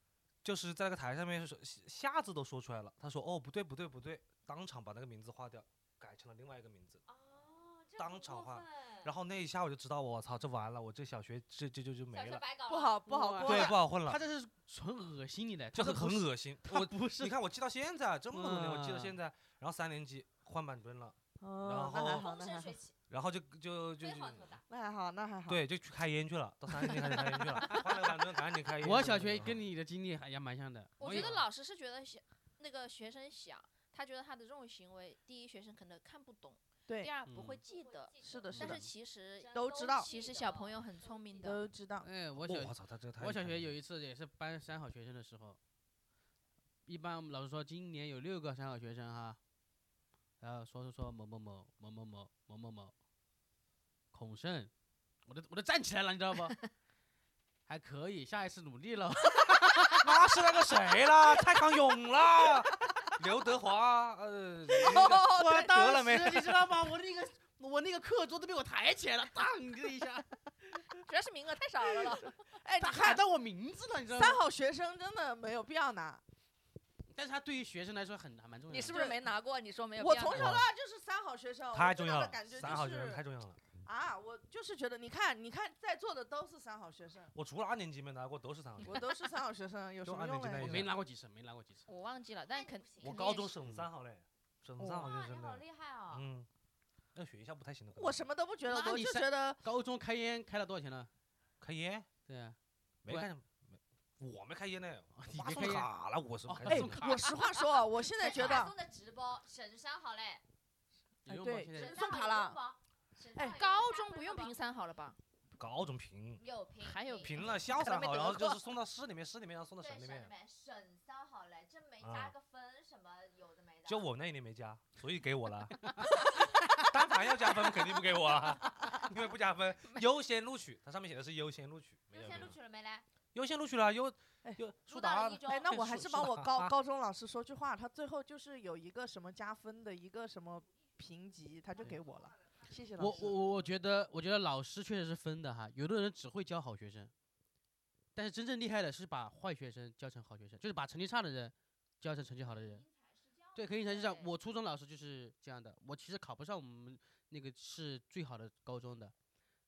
S4: 就是在那个台上面说下字都说出来了，他说哦不对不对不对，当场把那个名字划掉，改成了另外一个名字。
S1: 哦，这
S4: 当
S1: 很
S4: 场
S1: 过
S3: 嗯
S4: 换
S1: 分
S4: 然后那一下我就知道我操这完了，我这小学这这就就
S1: 小
S4: 没
S1: 学
S4: 了，
S1: 白搞
S2: 不
S1: 了，
S2: 好不好
S3: 哇
S2: 过
S4: 对
S2: 了，
S4: 不好混了
S3: 他。这是纯恶心你的，
S4: 就
S3: 他
S4: 很
S3: 都
S4: 很
S3: 不是，
S4: 恶心，
S3: 他
S4: 我
S3: 不是
S4: 你看我记到现在啊这么多年，我记到
S3: 嗯
S4: 现在，然后三年级换班主任了，
S2: 哦，
S4: 然
S2: 那还
S4: 后
S2: 好，
S1: 风
S2: 那还
S1: 生
S2: 好
S1: 水，起，
S4: 然后就就就
S1: 飞
S4: 就
S1: 黄腾达。
S2: 那还好，那还好。
S4: 对，就去开烟去了，到三年级开始开烟去了，换了个班主任赶紧开烟。
S3: 我小学跟你的经历还也蛮像的，
S5: 我
S3: 也
S5: 觉得老师是觉得小那个学生小，他觉得他的这种行为，第一学生可能看不懂，
S2: 对
S5: 第二不会
S3: 嗯
S5: 记得。
S2: 是的
S5: 但
S2: 的
S5: 是其实
S2: 都知道
S5: 其实小朋友很聪明的，
S2: 都知道。
S3: 哎，我小
S4: 哦我操，他这个太
S3: 我小学有
S4: 一
S3: 一次也是班三好学生的时候，一般我们老师说今年有六个三好学生哈，然后说说说某某某某某某某某某，孔圣，我都我都站起来了，你知道不？ 还可以，下一次努力了。
S4: 那啊是那个谁啦，蔡康永啦，刘德华， 呃，那个
S2: 哦，
S3: 我
S2: 对
S3: 当
S4: 得了没
S3: 时你知道吗？我那个我那个课桌都被我抬起来了，当这一下，
S5: 主要是名额太少了了。
S2: 哎，你
S3: 他喊
S2: 看
S3: 到我名字了，你知道吗
S2: 三？好学生真的没有必要拿。
S3: 但是他对于学生来说很还蛮重要的。
S5: 你是不是没拿过？你说没有必
S2: 我
S5: 要拿？
S2: 从小到
S4: 哇
S2: 大就是三好学生，
S4: 太
S2: 我
S4: 重
S2: 最大
S4: 要
S2: 的
S4: 了
S2: 感觉，
S4: 三好
S2: 就
S4: 学生太
S2: 是
S4: 重要了。
S2: 啊，我就是觉得，你看，你看，在座的都是三好学生，
S4: 我除了二年级没拿过，都是三好学生。
S2: 我都是三好学生，有什
S4: 就
S2: 么
S4: 按
S2: 用
S4: 年纪那
S3: 我
S4: 一
S2: 嘞？
S3: 没拿过几次，没拿过几次。
S5: 我忘记
S2: 哎
S5: 了，但肯
S1: 不行
S5: 肯
S4: 我
S5: 定
S4: 高
S5: 也
S4: 中
S5: 是
S4: 省三好嘞，省
S2: 哇
S4: 三好
S1: 哇，
S4: 学
S1: 你
S4: 生
S1: 好
S4: 嘞，
S1: 厉害啊！
S4: 嗯，那学校不太行的。可能
S2: 我什么都不觉得
S3: 那
S2: 多，
S3: 你
S2: 就
S3: 三
S2: 觉得
S3: 高中开烟开了多少钱了？
S4: 开烟。
S3: 对啊，
S4: 没
S3: 对
S4: 看，没我没开烟呢，我
S3: 你
S4: 妈
S3: 没
S4: 送
S3: 开烟
S4: 卡了，我是
S3: 哦
S4: 没
S2: 哎
S4: 开
S3: 送
S4: 烟。
S3: 卡，
S2: 我实话说啊，我 现在觉
S1: 马
S2: 得
S1: 松的直播，沈山好嘞，
S3: 有用吗？
S2: 对
S3: 现
S1: 沈
S3: 在
S2: 是嗯
S1: 山
S2: 送卡
S1: 好有
S2: 了
S1: 用不，沈
S2: 哎
S1: 山好有
S5: 高
S1: 加
S5: 中
S1: 分
S5: 不
S1: 的
S5: 用
S1: 不
S5: 评三好了吧？
S4: 高中评
S1: 有评
S5: 还有
S4: 评了校
S5: 可
S4: 三
S5: 能没
S4: 好，
S5: 得
S4: 然后就
S5: 过
S4: 是送到市里面，市里面然后送到
S1: 对
S4: 省里
S1: 省里
S4: 面。
S1: 面，省三好嘞，这没
S5: 嗯
S4: 啊
S1: 加个分什么有的没
S3: 嗯
S1: 的。
S4: 就我那一年没加，所以给我了。 但凡要加分，肯定不给我啊， 因为不加分，优先录取，它上面写的是优先录取，没
S1: 优
S4: 有
S1: 先录
S4: 没有
S1: 取了没嘞？
S4: 优先录取了，优
S2: 哎
S4: 优
S1: 入
S4: 苏
S1: 到
S4: 达
S1: 了一中，
S2: 哎，那我还
S4: 是
S2: 是
S4: 是
S2: 帮
S4: 的
S2: 我
S4: 啊
S2: 高高中老师说句话，他最后就是有一个什么加分的一个什么评级，他就
S3: 对
S2: 给我了，谢谢老
S3: 哎我
S2: 师。
S3: 我我我觉得，我觉得老师确实是分的哈。有的人只会教好学生，但是真正厉害的是把坏学生教成好学生，就是把成绩差的人教成成绩好的人。对，可以才是这样。
S1: 对
S3: 我初中老师就是这样的。我其实考不上我们那个是最好的高中的，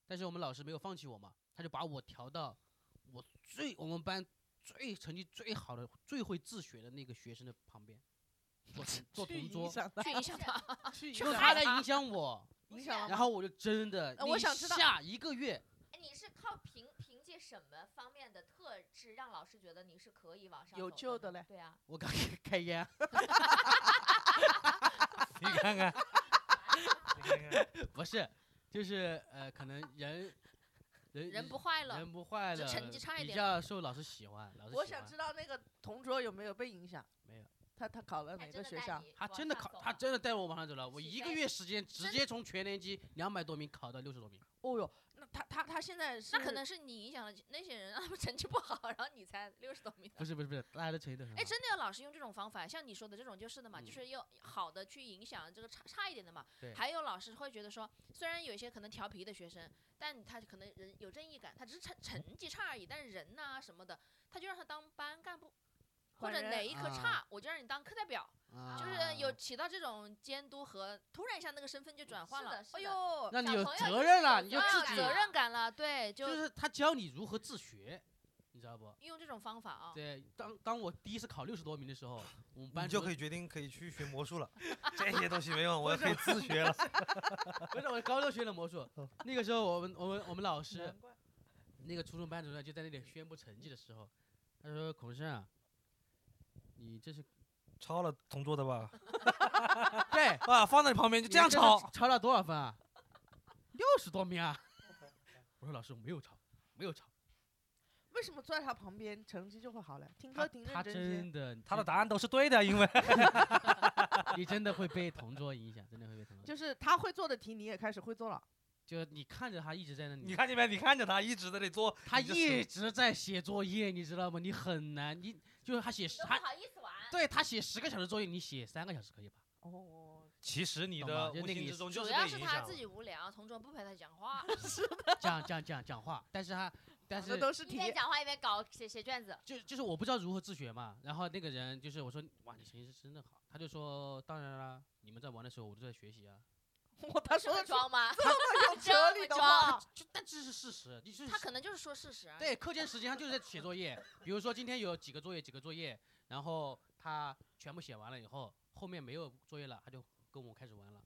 S3: 但是我们老师没有放弃我嘛，他就把我调到我最我们班最成绩最好的、最会自学的那个学生的旁边，做同做
S2: 去
S3: 同
S2: 影
S3: 桌，
S2: 响他，
S5: 去一 下吧。
S2: 去
S3: 用
S2: 影
S3: 他来
S2: 响
S3: 影响我。
S2: 影响了
S3: 然后我就真的，
S2: 呃我
S3: 那一
S2: 想知道
S3: 下一个月
S1: 哎，你是靠凭凭借什么方面的特质让老师觉得你是可以往上
S2: 有
S1: 走
S2: 救的
S1: 呢
S2: 嘞
S1: 对啊，
S3: 我刚 开开烟，
S4: 你看看，你看看，
S3: 不是，就是呃，可能人人
S5: 人不坏了，
S3: 人不坏
S5: 只
S3: 了，
S5: 成绩差一
S3: 比
S5: 点
S3: 较受老师喜欢。老师
S2: 我
S3: 喜
S2: 想
S3: 欢
S2: 知道那个同桌有没有被影响？
S3: 没有。
S2: 他他考了
S1: 他
S2: 哪
S1: 哎真的
S2: 个学
S1: 带
S2: 校？
S1: 你
S3: 他
S1: 往
S3: 真的
S1: 上
S3: 考，
S1: 走啊
S3: 他
S1: 了
S3: 真的带我往上走了。我
S1: 起
S3: 一个
S1: 飞
S3: 月时间，直
S5: 啊真
S3: 接从全年级两百多名考到六十多名。
S2: 哦哟，那他他他现在是
S5: 那可能是你影响了那些人，他们成绩不好，然后你才六十多名。
S3: 不是不是不是，大家都成绩都很好
S5: 哎，。真的要老是用这种方法，像你说的这种就是的嘛，
S3: 嗯
S5: 就是要好的去影响这个差差一点的嘛
S3: 对。
S5: 还有老师会觉得说，虽然有一些可能调皮的学生，但他可能人有正义感，他只是成成绩差而已，但是人呐、什么的，他就让他当班
S4: 啊
S5: 干部，或
S2: 管
S5: 者
S2: 人
S5: 哪一科
S3: 啊
S5: 差，我就让你当课代表，
S3: 啊
S5: 就是有起到这种监督和突然一下那个身份就转换
S1: 是
S5: 了
S1: 的是，
S5: 哎
S1: 的
S5: 呦，
S3: 让你
S1: 小
S3: 有
S1: 朋友
S3: 责
S1: 就是
S3: 任
S1: 有
S3: 了，你就
S1: 责
S5: 要
S3: 自
S1: 任
S5: 有
S3: 己
S5: 啊责
S1: 感
S5: 任感了，对，就
S3: 就是他教你如何自学，你知道不？
S5: 用这种方法啊。
S3: 对，当当我第一次考六十多名的时候，我们班
S4: 你就
S3: 主
S4: 可
S3: 任
S4: 以决定可以去学魔术了， 这些东西没用，我可以自学 了。
S3: 不是我高中学的魔 术，那个时候我们我们我们老师
S2: 难怪
S3: 那个初中班主任就在那里宣布成绩的时候，他说：“孔胜啊，你这是
S4: 抄了同桌的 吧？
S3: 对
S4: 啊，放在你旁边就
S3: 你
S4: 这样
S3: 是
S4: 抄。
S3: 抄了多少分啊？六十多名 啊！”我说：“老师，我没有抄，没有抄。”
S2: 为什么坐在他旁边成绩就会好嘞？听
S3: 他
S2: 歌挺
S3: 他
S2: 认真些。
S3: 真的，
S4: 他的答案都是对的， 因为
S3: 你真的 会被同桌影响，真的会被同桌。
S2: 就是他会做的题，你也开始会做了。
S3: 就你看着他一直在那里，
S4: 你看见没？你看着他一直在那里做，
S3: 他
S4: 你就
S3: 一
S4: 是
S3: 直在写作业，你知道吗？你很难，你就是他写
S1: 你
S3: 十，
S1: 都
S3: 他
S1: 不好意思玩。
S3: 对他写十个小时作业，你写三个小时可以吧？
S2: 哦，
S4: 其实你
S3: 懂吗
S4: 的
S3: 就
S4: 无
S3: 那个
S4: 形
S3: 意
S4: 之
S3: 思
S4: 中就
S5: 主
S4: 是
S5: 要
S4: 被
S5: 是
S4: 影
S5: 他
S4: 响
S5: 自
S4: 了。
S5: 己无聊，同桌不陪他讲话，
S3: 讲讲讲讲话，但是他但
S2: 这
S3: 是
S2: 都是
S1: 一
S2: 题。
S1: 边讲话一边搞写写卷子，
S3: 就就是我不知道如何自学嘛。然后那个人就是我说哇，你成绩是真的好，他就说当然啦，你们在玩的时候我就在学习啊。
S2: 我他
S1: 这
S2: 说
S1: 么
S2: 的出
S1: 装吗？
S2: 这么有哲理的话，
S3: 就但这是事实，你就是
S5: 他可能就是说事实啊。
S3: 对，课间时间他就是在写作业，比如说今天有几个作业，几个作业，然后他全部写完了以后，后面没有作业了，他就跟我开始玩了。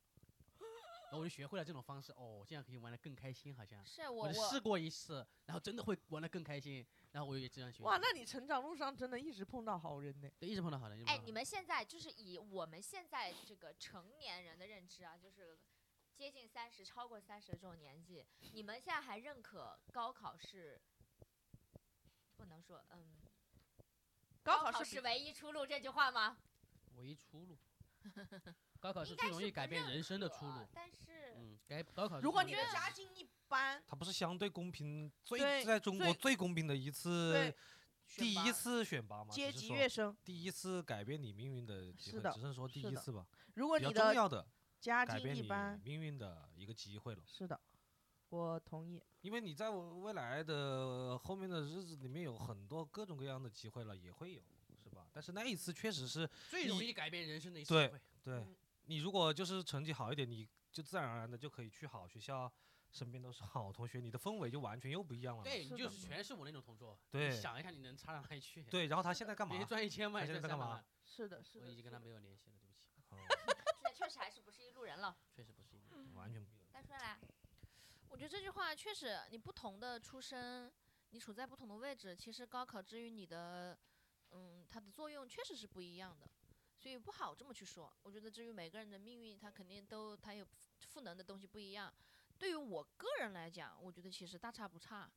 S3: 然后我就学会了这种方式，哦，这样可以玩的更开心，好像。
S5: 是我
S3: 我
S5: 我
S3: 就试过一次，然后真的会玩的更开心，然后我也这样学习。
S4: 嗯
S2: 哇，那你成长路上真的一直碰到好人呢。
S3: 对，一直碰到好人。一直碰
S1: 哎
S3: 到，好
S1: 你
S3: 人
S1: 们现在就是以我们现在这个成年人的认知啊，就是接近三十、超过三十的这种年纪，你们现在还认可高考是不能说嗯，
S2: 高
S1: 考
S2: 考是
S1: 是唯一出路这句话吗？
S3: 唯一出路，高考是
S1: 应
S3: 最
S1: 该
S3: 容
S1: 是
S3: 易
S1: 不
S3: 改变
S1: 认
S3: 人生的出
S1: 可
S3: 路。
S1: 啊但是、
S3: 嗯，改高考是最容易改变。
S2: 如果你的
S5: 觉得
S2: 家境一般，
S4: 他不是相对公平，
S2: 对
S4: 最在中国
S2: 最
S4: 最公平的一次
S2: 对，
S4: 呃
S2: 选
S4: 第一
S2: 拔
S4: 次选拔嘛，
S2: 阶
S4: 只是
S2: 级
S4: 说
S2: 跃升。
S4: 第一次改变你命运的机
S2: 是
S4: 会，
S2: 的
S4: 只是说第
S2: 是
S4: 一
S2: 的
S4: 次吧，
S2: 如果
S4: 比较
S2: 你
S4: 重
S2: 的
S4: 要的
S2: 家
S4: 改
S2: 境
S4: 变
S2: 一
S4: 你
S2: 般，
S4: 命运的一个机会了。
S2: 是的，我同意。
S4: 因为你在我未来的后面的日子里面有很多各种各样的机会了，也会有，是吧？但是那一次确实是
S3: 最容
S4: 你
S3: 易改变人生的一次
S4: 对
S3: 机会
S4: 对
S2: 嗯
S4: 你如果就是成绩好一点，你就自然而然的就可以去好学校，身边都是好同学，你的氛围就完全又不一样了嘛。
S3: 对，你
S2: 是的
S3: 就是全是我那种同桌。你
S4: 对
S3: 想一下你能差到哪里去？
S4: 对，然后他现在干嘛
S3: 每？天赚一千万，
S4: 他现在
S3: 赚
S4: 在干
S3: 300
S4: 嘛
S3: 万？
S2: 是的，是的。
S3: 我已经跟他
S2: 是的
S3: 没有联系了，对不起，
S4: 嗯
S1: 现在确实还是不是一路人了。
S3: 确实不是因为。
S4: 嗯完全不一样。
S1: 大春来，
S5: 我觉得这句话确实，你不同的出身，你处在不同的位置，其实高考之于你的，嗯，它的作用确实是不一样的，所以不好这么去说。我觉得至于每个人的命运，它肯定都它有赋能的东西不一样。对于我个人来讲，我觉得其实大差不差，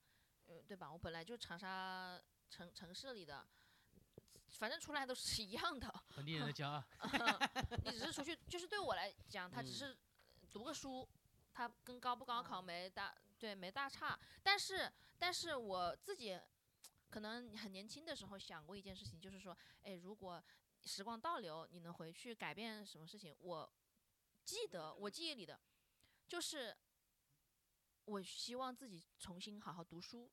S5: 嗯，对吧？我本来就长沙城城市里的，反正出来都是一样的。
S3: 本地人的骄傲，
S5: 你只是出去，就是对我来讲，他只
S3: 嗯哦
S5: 是呃读个书，他跟高不高考没大对没大差。但是，但是我自己可能很年轻的时候想过一件事情，就是说，哎，如果时光倒流，你能回去改变什么事情？我记得我记忆里的就是，我希望自己重新好好读书。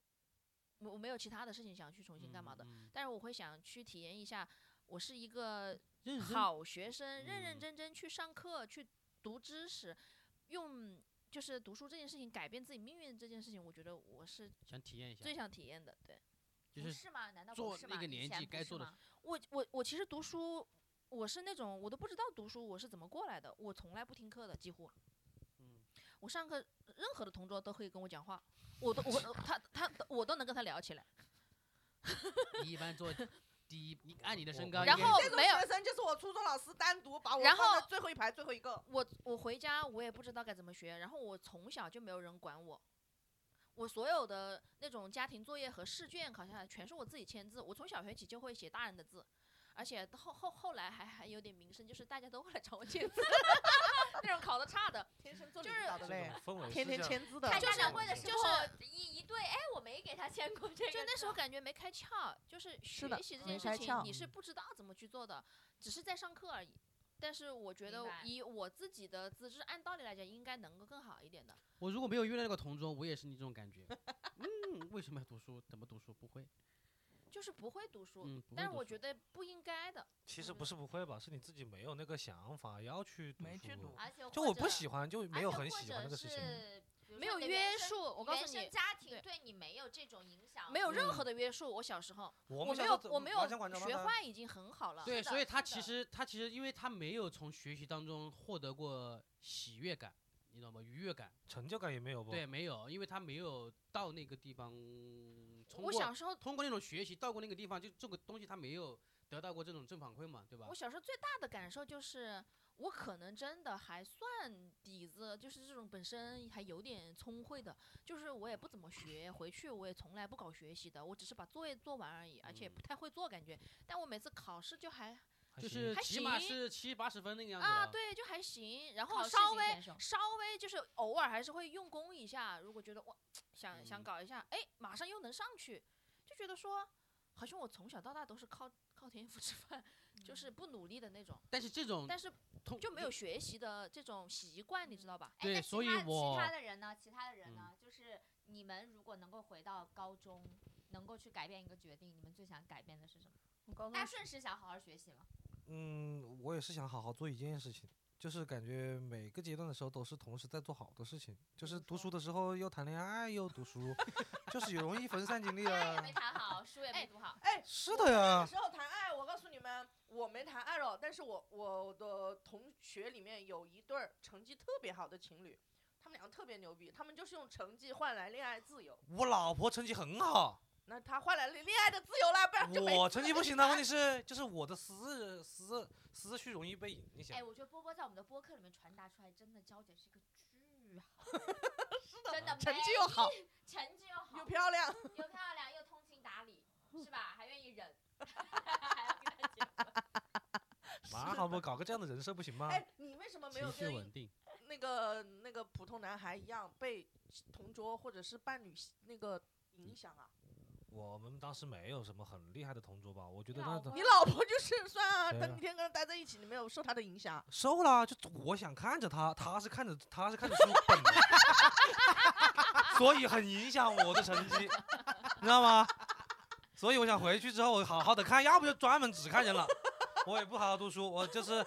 S5: 我我没有其他的事情想去重新干嘛的，
S3: 嗯？嗯
S5: 但是我会想去体验一下，我是一个
S3: 认真
S5: 好学生，认认
S3: 嗯
S5: 真真去上课，去读知识，用就是读书这件事情改变自己命运这件事情，我觉得我是
S3: 想体验一下
S5: 最，想体验的。对
S3: 就
S1: 不
S3: 是
S1: 是吗？难道
S3: 做
S1: 不是
S3: 那
S1: 吗？
S3: 个
S1: 以
S3: 年
S1: 前
S3: 纪
S1: 不
S3: 该
S1: 是
S3: 做的
S1: 吗
S5: 我我我其实读书，我是那种我都不知道读书我是怎么过来的，我从来不听课的，几乎。
S3: 嗯
S5: 我上课任何的同桌都可以跟我讲话，我都我呃他他我都能跟他聊起来，
S3: 你一般做第 一，你按你的
S4: 我
S3: 身
S4: 我
S3: 高应该
S5: 然
S3: 是，
S5: 后
S2: 这种
S5: 没有
S2: 学生就是我初中老师单独把我
S5: 然
S2: 放在
S5: 后
S2: 最后一排最后一个。
S5: 我我回家我也不知道该怎么学，然后我从小就没有人管我，我所有的那种家庭作业和试卷考下来全是我自己签字，我从小学起就会写大人的字。而且后后后来还还有点名声，就是大家都会来找我签字，那种考得 差的，
S2: 天生做
S5: 就
S2: 领
S5: 是
S2: 导的
S4: 这
S2: 嘞
S4: 种，氛围
S2: 天
S4: 是
S2: 天
S4: 这样
S2: 签字的
S1: 开，
S5: 就
S1: 家
S5: 是
S1: 长会的时
S5: 就是
S1: 候一一对，哎，我没给他签过这个字，
S5: 就那时候感觉没开窍，就是学
S2: 的
S5: 习这
S2: 没
S5: 件
S2: 开
S5: 事情
S2: 窍
S5: 你是不知道怎么去做的，只是在上课而已。但是我觉
S1: 明
S5: 得
S1: 白
S5: 以我自己的资质，按道理来讲应该能够更好一点的。
S3: 我如果没有遇到那个同桌，我也是你这种感觉。嗯，为什么要读书？怎么读书？不会。
S5: 就是不会读书，
S3: 嗯，不会
S5: 但是
S3: 读
S5: 我
S3: 书
S5: 觉得不应该的。
S4: 其实
S5: 我觉
S4: 不是不会吧，是你自己没有那个想法要去读
S2: 没去
S4: 书
S2: 读
S1: 而且
S4: 就
S1: 或
S4: 我不
S1: 者
S4: 喜欢，就
S1: 而
S4: 没有
S1: 且
S4: 很
S1: 或
S4: 喜
S1: 者
S4: 欢那个事情。
S1: 是比如
S5: 没
S1: 说
S5: 有
S1: 你的
S5: 约
S1: 原生
S5: 束，我告诉
S1: 原生
S5: 你，
S1: 家庭
S5: 对
S1: 对你没有这种影响，
S5: 没有任
S4: 嗯
S5: 何的约束。我小时候，
S4: 我
S5: 我
S4: 们
S5: 没
S4: 小
S5: 有
S4: 时，候
S5: 我没有
S4: 麻将馆长
S5: 学
S4: 嘛
S5: 坏已经很好了。
S3: 对，
S1: 是
S3: 所
S1: 的
S3: 以他
S1: 是
S3: 其
S1: 的
S3: 实他其实因为他没有从学习当中获得过喜悦感，你懂吗？愉悦感，
S4: 成就感也没有不？
S3: 对，没有，因为他没有到那个地方，通
S5: 我
S3: 过
S5: 小时
S4: 啊
S5: 候，
S3: 通过那种学习到过那个地方，就这个东西他没有得到过这种正反馈嘛，对吧
S5: 我？小时候最大的感受就是，我可能真的还算底子，就是这种本身还有点聪慧的，就是我也不怎么学，回去我也从来不搞学习的，我只是把作业做完而已，而且也
S4: 嗯
S5: 不太会做感觉。但我每次考试就还
S4: 还
S3: 就
S4: 行
S3: 是
S5: 还
S3: 起码
S5: 行
S3: 是七八十分那个样子
S5: 啊，
S3: 了，
S5: 对，就还行，然
S1: 考
S5: 后
S1: 试
S5: 稍
S1: 型
S5: 微
S1: 选手
S5: 稍微就是偶尔还是会用功一下，如果觉得哇想想
S3: 嗯
S5: 搞一下，哎，马上又能上去，就觉得说好像我从小到大都是靠靠天赋吃饭，
S1: 嗯
S5: 就是不努力的那种，
S3: 但是这种
S5: 但是
S3: 通
S5: 就没有学习的这种习惯，你知道吧？
S1: 哎那
S3: 对
S1: 其
S3: 所以
S1: 他
S3: 我
S1: 其他的人呢？其他的人呢？就是你们如果能够回到高中，能够去改变一个决定，你们最想改变的是什么？
S2: 我高
S1: 大顺是想好好学习吗？
S4: 嗯，我也是想好好做一件事情，就是感觉每个阶段的时候都是同时在做好多事情，就
S1: 比
S4: 是
S1: 如
S4: 读
S1: 说
S4: 书的时候又谈恋爱又读书，就是有容易分散 精力
S1: 爱也
S4: 啊
S1: 哎没。谈好，书也没
S5: 哎
S1: 读好，
S2: 哎，
S4: 是
S2: 我
S4: 的
S2: 那
S4: 呀
S2: 个，时候谈爱，我告诉你们，我没谈爱了，但是我我的同学里面有一对儿成绩特别好的情侣，他们两个特别牛逼，他们就是用成绩换来恋爱自由。
S4: 我老婆成绩很好，
S2: 那他换来了恋爱的自由啦，不然就没
S4: 我成绩不行的问题
S2: 是
S4: 是，就是我的思思思绪容易被影响
S1: 哎，。我觉得波波在我们的播客里面传达出来，真的娇姐是一个巨 好的人，真的
S2: 成绩
S1: 没
S2: 又好，
S1: 成绩又好，
S2: 又漂亮，
S1: 又漂亮，又通情达 理，是吧？还愿意忍， 还要跟他结 婚。
S4: 蛮好不，搞个这样的人设不行吗？
S2: 哎，你为什么没有
S3: 情绪
S2: 跟
S3: 稳定，
S2: 那个那个普通男孩一样被同桌或者是伴侣那个影响啊？
S4: 我们当时没有什么很厉害的同桌吧，我觉
S1: 你
S4: 得
S1: 老
S4: 那种
S1: 婆
S2: 你老婆就是算啊，
S4: 对
S2: 等
S4: 啊
S2: 你天跟他待在一起，你没有受他的影响。
S4: 收了，啊就我想看着他，他是看着他是看着书本的，所以很影响我的成绩，你知道吗？所以我想回去之后我好好的看，要不就专门只看人了。我也不好好读书，我就是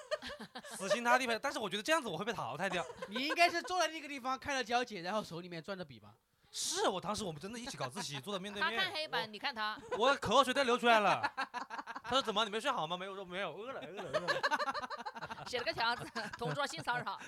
S4: 死心塌地呗。但是我觉得这样子我会被淘汰掉。
S3: 你应该是坐在那个地方看着娇姐，然后手里面攥着笔吧。
S4: 是我当时我们真的一起搞自习，坐在面对
S5: 他
S4: 面。
S5: 看黑板，你看他，
S4: 我，我口水都流出来了。他说怎么你没睡好吗？没有，我说没有，饿了饿了饿了。
S5: 写了个条子，同桌性骚扰。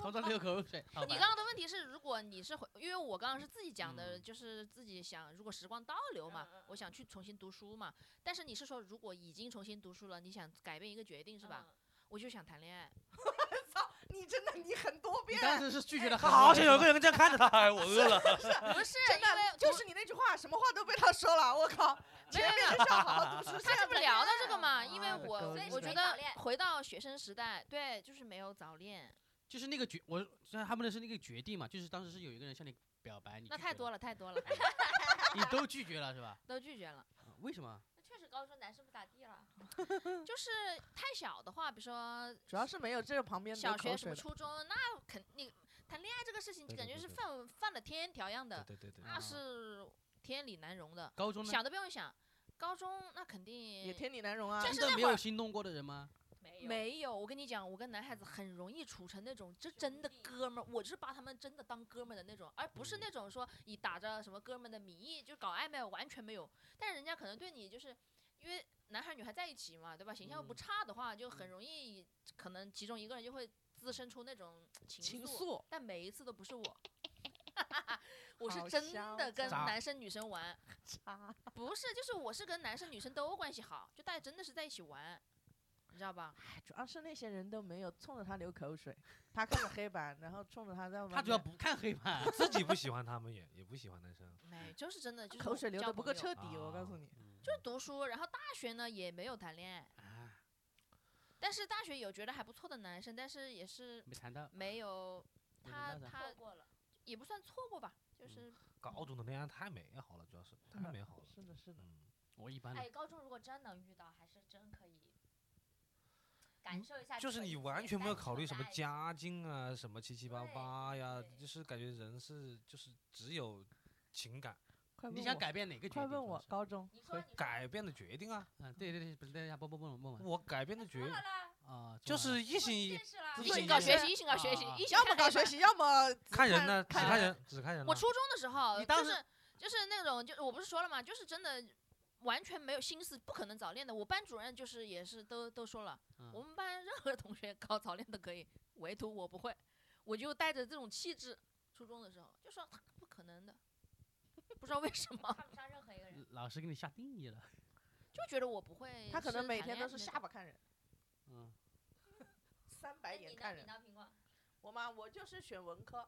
S3: 头上流口水，好
S5: 哎你
S3: 吧
S5: 刚刚的问题是，如果你是回，因为我刚刚是自己讲的，
S3: 嗯
S5: 就是自己想，如果时光倒流嘛，
S1: 嗯嗯嗯
S5: 我想去重新读书嘛。但是你是说，如果已经重新读书了，你想改变一个决定是吧？
S1: 嗯？
S5: 我就想谈恋爱，
S2: 操，你真的你很多
S3: 你
S2: 变，
S3: 当时是拒
S5: 哎
S3: 绝了
S4: 他
S3: 很多
S4: 好
S3: 人
S4: 想
S3: 是
S4: 有
S3: 吧，
S4: 个人这样看着他，哎，我饿了。
S5: 不是
S2: 真的
S5: 因为
S2: 就是你那句话，什么话都被他说了。我靠，
S5: 没
S2: 前
S5: 有
S2: 面是要好好读书，
S5: 他这不聊到这个嘛？因为
S4: 啊
S5: 哎我
S4: 所以是
S5: 我觉
S1: 没早
S5: 得
S1: 恋
S5: 回到学生时代，对，就是没有早恋，
S3: 就是那个决，我虽然他们的是那个决定嘛，就是当时是有一个人向你表白，你
S5: 那太多
S3: 了，
S5: 了，太多了，
S3: 你都拒绝了是吧？
S5: 都拒绝了。
S3: 啊为什么？
S1: 那确实高中男生不咋地了。
S5: 就是太小的话，比如说
S2: 主要是没有这个旁边
S5: 小
S2: 流口
S5: 学什
S2: 水
S5: 么
S2: 的
S5: 初中，那肯定谈恋爱这个事情，
S4: 对对
S5: 感觉
S4: 对
S5: 是
S4: 对
S5: 犯犯了天条样的。
S4: 对对对，
S2: 啊
S5: 那是天理难容的，
S3: 高中呢？
S5: 想都不用想。高中那肯
S2: 也
S5: 定
S2: 天理难容啊。
S5: 但
S3: 真
S5: 是
S3: 的
S5: 那
S3: 没
S5: 会
S3: 有
S5: 儿
S3: 心动过的人吗？
S1: 没
S5: 没有。我跟你讲，我跟男孩子很容易处成那种这真的
S1: 兄弟
S5: 哥们儿，我就是把他们真的当哥们儿的那种，而不是
S4: 嗯
S5: 那种说以打着什么哥们儿的名义就搞暧昧，完全没有。但人家可能对你就是因为男孩女孩在一起嘛，对吧？形象又不
S3: 嗯
S5: 差的话，就很容易可能其中一个人就会滋生出那种
S2: 情
S5: 愫
S2: 愫，
S5: 但每一次都不是我， 我是
S2: 好
S5: 真
S2: 嚣
S5: 的跟
S3: 张
S5: 男生女生玩，
S2: 啊
S5: 不是，就是我是跟男生女生都关系好，就大家真的是在一起玩。你知道吧？
S2: 哎主要是那些人都没有冲着他流口水，他看着黑板，然后冲着他在外面，
S3: 他主要不看黑板，
S4: 自己不喜欢他们也也不喜欢男生，
S5: 没，哎就是真的，就是
S2: 口
S5: 我
S2: 水流
S5: 交
S2: 的不够
S5: 朋友
S2: 彻底，我告诉
S4: 啊
S2: 你，
S5: 就是读书，然后大学呢也没有谈恋爱，
S3: 嗯啊，
S5: 但是大学有觉得还不错的男生，但是也是
S3: 没谈到，
S5: 没有
S3: 没
S5: 他
S3: 谈到啥
S5: 他
S1: 过了，
S5: 也不算错过吧，
S3: 嗯
S5: 就是
S4: 高中的恋爱太美好了，主要是太
S2: 嗯
S4: 美好了，
S2: 是的，是的，
S4: 嗯，
S3: 我一般的
S1: 哎，高中如果真能遇到，还是真可以感受一下这个一次单纯的爱情。
S4: 嗯就是你完全没有考虑什么家境啊，什么七七八
S1: 对
S4: 八呀
S1: 对，
S4: 就是感觉人是就是只有情感
S2: 快问
S3: 你想
S2: 我，
S3: 改变哪个决定？
S2: 快问我，高中
S1: 你说你说
S4: 改变的决定啊，
S3: 嗯，对对对，不是，等一下，不不不，问问
S4: 我改变的决
S1: 说了啦，
S3: 啊，
S4: 就
S3: 中文
S4: 是一心一
S1: 认识了
S4: 自
S5: 异
S4: 己
S5: 性
S4: 也
S5: 搞
S4: 是
S5: 学习，异性搞学习
S3: 啊啊啊，
S5: 异性
S2: 要么
S5: 看
S2: 搞
S5: 黑
S2: 学
S5: 板
S2: 习，要么只
S4: 看人呢，只
S2: 看
S4: 看人，只看人了。
S5: 我初中的时候，
S3: 啊你当
S5: 就
S3: 时
S5: 是就是那种，就我不是说了嘛，就是真的完全没有心思，不可能早恋的。我班主任就是也是都都说了，
S3: 嗯
S5: 我们班任何同学搞早恋都可以，唯独我不会。我就带着这种气质，初中的时候就说不可能的， 不知道为什么，
S1: 看不上任何一个人。
S4: 嗯
S3: 老师给你下定义了，
S5: 就觉得我不会。
S2: 他可能每天都是
S5: 是
S2: 下巴看人，
S3: 嗯，
S2: 三
S1: 那
S2: 白
S1: 你
S2: 眼
S1: 呢？
S2: 看
S1: 你
S2: 人。
S1: 呢？苹果？
S2: 我嘛，我就是选文科，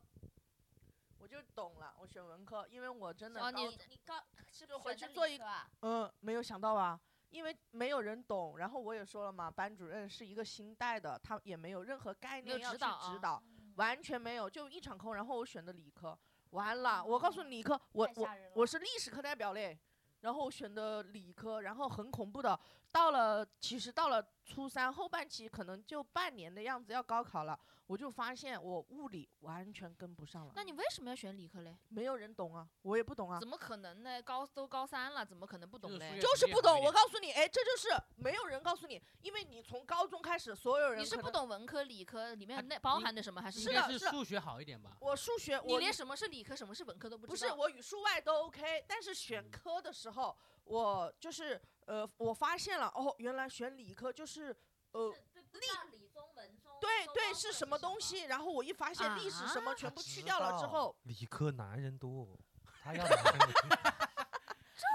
S2: 我就懂了，我选文科，因为我真的
S5: 哦
S2: 高
S5: 你
S1: 你高是
S2: 就
S1: 选
S2: 回
S1: 的
S2: 去
S1: 理
S2: 做一
S1: 科啊
S2: 嗯，没有想到吧？因为没有人懂，然后我也说了嘛，班主任是一个新带的，他也没有任何概
S5: 没有
S2: 念要
S5: 指
S2: 去
S5: 导啊
S2: 指导，
S1: 嗯
S2: 完全没有，就一场空。然后我选的理科，完
S5: 哦
S2: 了，我告诉你，理科，我
S1: 太
S2: 我
S1: 吓人了
S2: 我是历史课代表嘞，然后我选的理科，然后很恐怖的，到了其实到了初三后半期，可能就半年的样子要高考了，我就发现我物理完全跟不上了，
S5: 那你为什么要选理科嘞？
S2: 没有人懂啊，我也不懂啊
S5: 怎，么可能呢？高都高三了，怎么可能不
S3: 就
S5: 懂
S3: 是
S5: 嘞
S3: 数学？
S2: 就是
S3: 也
S2: 不
S3: 好
S2: 懂。
S3: 一
S2: 我
S3: 点
S2: 告诉你，哎，这就是没有人告诉你，因为你从高中开始，所有人
S5: 你是
S2: 可
S5: 不
S2: 能。
S5: 懂文科、理科里面
S3: 他
S5: 那包
S3: 你
S5: 含的什么，还是
S3: 应
S5: 什么
S3: 该
S2: 的
S3: 是
S2: 是的
S3: 数学好一点吧？
S2: 我数学，
S5: 你
S2: 我
S5: 连什么是理科，什么是文科都不
S2: 不
S5: 知
S2: 是
S5: 道。
S2: 我语数外都 OK，但是选
S3: 嗯
S2: 科的时候，我就是呃，我发现了哦，原来选理科就是呃，
S1: 是对不知道理综文综
S2: 对
S1: 综
S2: 对
S1: 综
S2: 是
S1: 或者
S2: 什么东西，然后我一发现历史什么全部去掉了之后，，
S4: 理科男人多，他要男 生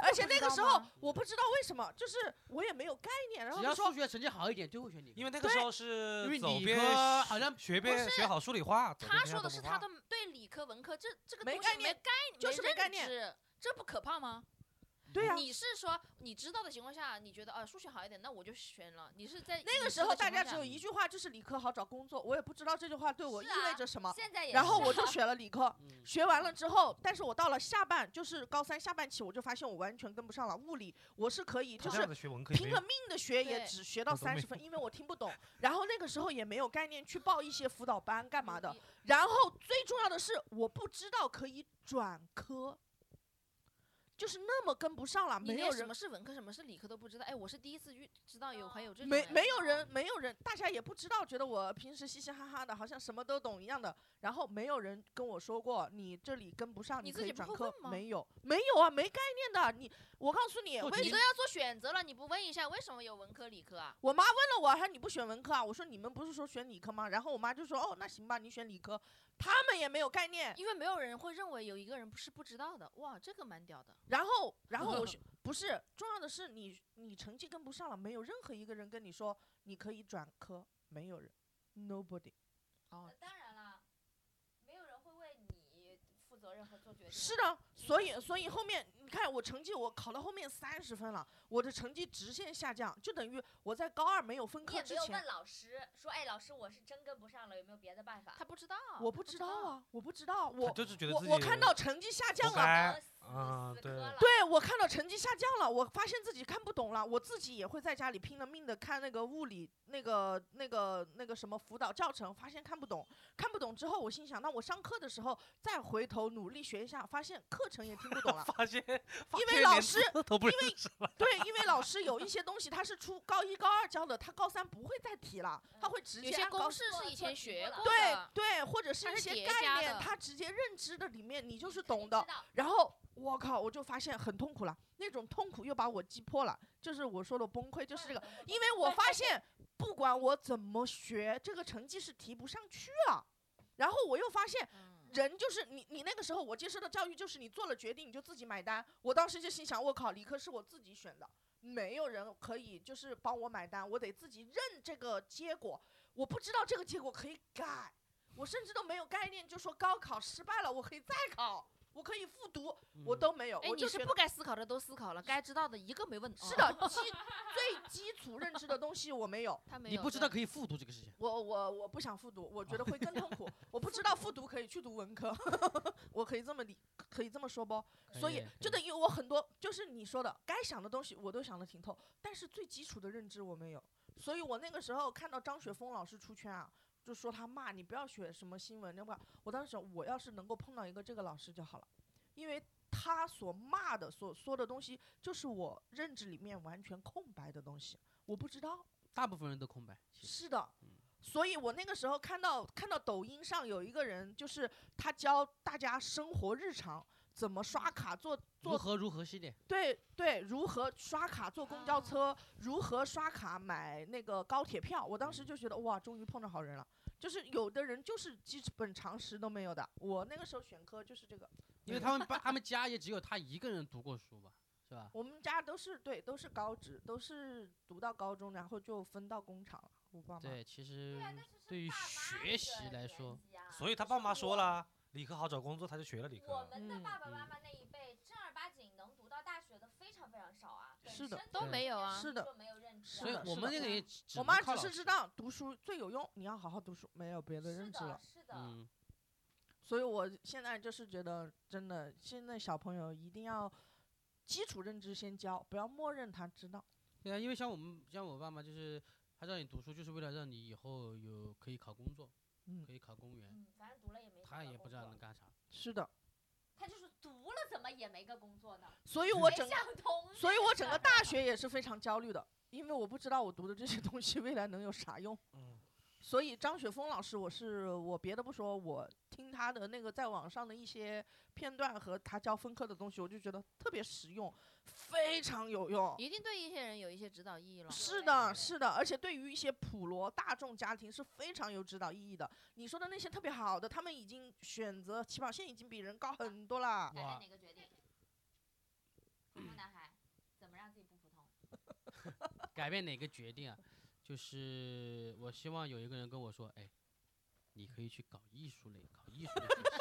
S2: 而且那个时候
S5: 吗
S2: 我不知道为什么，就是我也没有概念，然后
S3: 只
S2: 就
S3: 要
S2: 说
S3: 数学成绩好一点，就会选理科，
S4: 因为那个时候是
S3: 因为
S4: 走
S3: 理
S4: 遍
S3: 科好像
S4: 学遍学好数理化。走遍
S5: 他
S4: 天下
S5: 说的
S4: 都
S5: 是
S4: 不
S5: 他
S4: 怕
S5: 的对理科文科这这个
S2: 没
S5: 东西
S2: 概
S5: 没
S2: 念
S5: 概
S2: 就是没
S5: 没
S2: 概
S5: 认
S2: 念啊
S5: 知，这不可怕吗？
S2: 对呀、
S5: 你是说你知道的情况下，你觉得啊数学好一点，那我就选了。你是在
S2: 那个时候大家只有
S5: 就
S2: 一句话，就是理科好找工作，我也不知道这句话对我意
S1: 是啊
S2: 味着什么，
S1: 现在也
S2: 然后
S1: 是
S2: 我就选了理科。
S3: 嗯
S2: 学完了之后，但是我到了下半，就是高三下半期，我就发现我完全跟不上了。物理我是可以，
S4: 他
S2: 就
S4: 这样
S2: 是
S4: 子学文科也
S2: 拼
S4: 没
S2: 了
S4: 用，
S2: 命的学，
S5: 对
S2: 也只学到
S4: 我都没
S2: 三十分，因为我听不懂。然后那个时候也没有概念去报一些辅导班干嘛的。然后最重要的是，我不知道可以转科，就是那么跟不上了，
S5: 你
S2: 没有
S5: 连什
S2: 人哦
S5: 么。是文科，什么是理科都不知道。哎，我是第一次遇知道有还有这种
S2: 没
S5: 哎
S2: 没有人，没有人，大家也不知道，觉得我平时嘻嘻哈哈的，好像什么都懂一样的。然后没有人跟我说过你这里跟不上，
S5: 你自
S2: 可以
S5: 己不
S2: 转
S5: 会
S2: 科
S5: 问吗
S2: 没有，没有啊，没概念的。你，我告诉你，
S3: 做
S2: 为
S3: 题
S5: 你都要做选择了，你不问一下为什么有文科理科啊？
S2: 我妈问了我，她说你不选文科啊？我说你们不是说选理科吗？然后我妈就说哦，那行吧，你选理科。他们也没有概念。
S5: 因为没有人会认为有一个人不是不知道的。哇，这个蛮屌的。
S2: 然后，然后我选不是重要的是你你成绩跟不上了，没有任何一个人跟你说你可以转科，没有人，nobody。
S5: 哦
S1: 呃，当然啦，没有人会为你负责任和做决定。
S2: 是的，所以所以后面你看我成绩，我考到后面三十分了，我的成绩直线下降，就等于我在高二没有分
S1: 你
S2: 科
S1: 也没
S2: 之
S1: 有
S2: 前
S1: 问，老师说，哎，老师，我是真跟不上了，有没有别的办法？
S5: 他不知道，
S2: 我不知道啊，我不知道，
S4: 他
S2: 我
S4: 就是觉得自
S2: 我
S4: 己
S2: 我看到成绩下降
S4: 活
S2: 了。
S4: 该
S1: 死
S4: 啊
S1: 死磕
S4: 对，
S1: 了。
S2: 对，我看到成绩下降了，我发现自己看不懂了，我自己也会在家里拼了命的看那个物理、那个、那个、那个什么辅导教程，发现看不懂，看不懂之后，我心想，那我上课的时候再回头努力学一下，发现课程也听不 懂了
S4: 发现，发
S2: 因
S4: 现
S2: 为老
S4: 连
S2: 师
S4: 字都不认识了，
S2: 对，因为老师有一些东西他是初高一、高二教的，他高三不会再提了，他会直
S5: 嗯有
S2: 接
S5: 些
S2: 按高
S5: 公式
S1: 做
S5: 是
S1: 做
S5: 以前
S1: 题
S5: 学
S1: 目了
S5: 过
S2: 对
S5: 的。哎
S2: 对，或者是
S5: 它
S2: 一
S5: 是
S2: 些
S5: 叠
S2: 概
S5: 加
S2: 念，
S5: 的
S2: 他直接认知的里面你
S1: 你
S2: 就是
S1: 肯定
S2: 懂的
S1: 知，道
S2: 然后我靠，我就发现很痛苦了，那种痛苦又把我击破了，就是我说的崩溃，就是这个，因为我发现不管我怎么学，这个成绩是提不上去了。然后我又发现
S5: 嗯
S2: 人就是你，你那个时候我接受的教育就是你做了决定你就自己买单。我当时就心想，我靠，理科是我自己选的，没有人可以就是帮我买单，我得自己认这个结果。我不知道这个结果可以改，我甚至都没有概念，就说高考失败了，我可以再考，我可以复读，
S3: 嗯
S2: 我都没有。
S5: 哎，
S2: 我
S5: 你
S2: 就是觉
S5: 不
S2: 得
S5: 该思考的都思考了，该知道的一个没问。
S2: 是
S5: 哦，
S2: 的，基最基础认知的东西我没有。
S5: 他没有。
S3: 你不知道
S5: 对
S3: 可以复读这个事情。
S2: 我我我不想复读，我觉得会更痛苦。我不知道复读可以去读文科， 我可以这么理，可以这么说不？所以就
S3: 对
S2: 等于我很多，就是你说的该想的东西我都想得挺透，但是最基础的认知我没有。所以我那个时候看到张雪峰老师出圈啊，就说他骂你不要学什么新闻，要不然我当时想我要是能够碰到一个这个老师就好了，因为他所骂的所说的东西就是我认知里面完全空白的东西，我不知道。
S3: 嗯大部分人都空白。其实
S2: 是的
S3: 嗯，
S2: 所以我那个时候看到看到抖音上有一个人，就是他教大家生活日常怎么刷卡坐
S3: 嗯如
S2: 坐
S3: 何如何系列，
S2: 对对，如何刷卡坐公交
S5: 啊
S2: 车，如何刷卡买那个高铁票。我当
S3: 嗯
S2: 时就觉得哇，终于碰到好人了。就是有的人就是基本常识都没有的，我那个时候选科就是这个。
S3: 因为他们班他们家也只有他一个人读过书吧，是吧？
S2: 我们家都是对，都是高职，都是读到高中，然后就分到工厂了。我爸妈
S3: 对，其实
S1: 对啊，但是是
S3: 嗯对于
S1: 爸妈
S3: 学
S1: 那
S3: 习
S1: 个
S3: 来
S1: 年
S3: 说
S1: 纪啊，
S4: 所以他
S1: 就
S4: 爸
S1: 是
S4: 妈说
S1: 我
S4: 了啊，理科好找工作，他就学了理科
S1: 我
S4: 啊。
S1: 们的
S2: 嗯
S1: 爸爸妈
S3: 嗯
S1: 妈那一辈，正儿八经能读到大学的非常非常少啊，本
S2: 是的
S1: 身
S5: 都
S1: 对
S5: 没有
S1: 这件
S5: 啊
S1: 事
S2: 是的
S1: 就没有认知啊，
S3: 所以
S2: 的
S3: 我
S2: 是
S3: 们
S2: 的
S3: 那个也
S5: 嗯
S3: 只能
S2: 我妈
S3: 靠
S2: 只是
S3: 老
S2: 知
S3: 师，
S2: 道读书最有用，你要好好读书，没有别的认
S1: 是
S2: 知了
S1: 的，。是的，
S3: 嗯，
S2: 所以我现在就是觉得，真的，现在小朋友一定要基础认知先教，不要默认他知道。
S3: 对啊，因为像我们像我爸妈就是。他让你读书，就是为了让你以后有可以考工作，
S2: 嗯
S3: 可，以考公务员。
S1: 嗯，反正读了也没什
S3: 他
S1: 么
S3: 也不
S1: 工
S3: 知道
S1: 作
S3: 能 干啥。
S2: 是的，
S1: 他就是读了怎么也没个工作呢？
S2: 所以我
S1: 没
S2: 整，
S1: 想通，
S2: 所以我整个大学也是非常焦虑的，因为我不知道我读的这些东西 未来能有啥用。
S4: 嗯，
S2: 所以张雪峰老师，我是我别的不说，我听他的那个在网上的一些片段和他教分科的东西，我就觉得特别实用，非常有用。
S5: 一定对一些人有一些指导意义了。
S2: 是
S1: 对
S2: 的，
S1: 对
S2: 是的，而且对于一些普罗大众家庭是非常有指导意义的。你说的那些特别好的，他们已经选择起跑线已经比人高很多啦。
S1: 奶奶
S3: 哇
S1: 哪个决定？普通男孩怎么让自己不普通？
S2: 嗯
S3: 改变哪个决定啊？就是我希望有一个人跟我说，哎，你可以去搞艺术类，搞艺术类学校。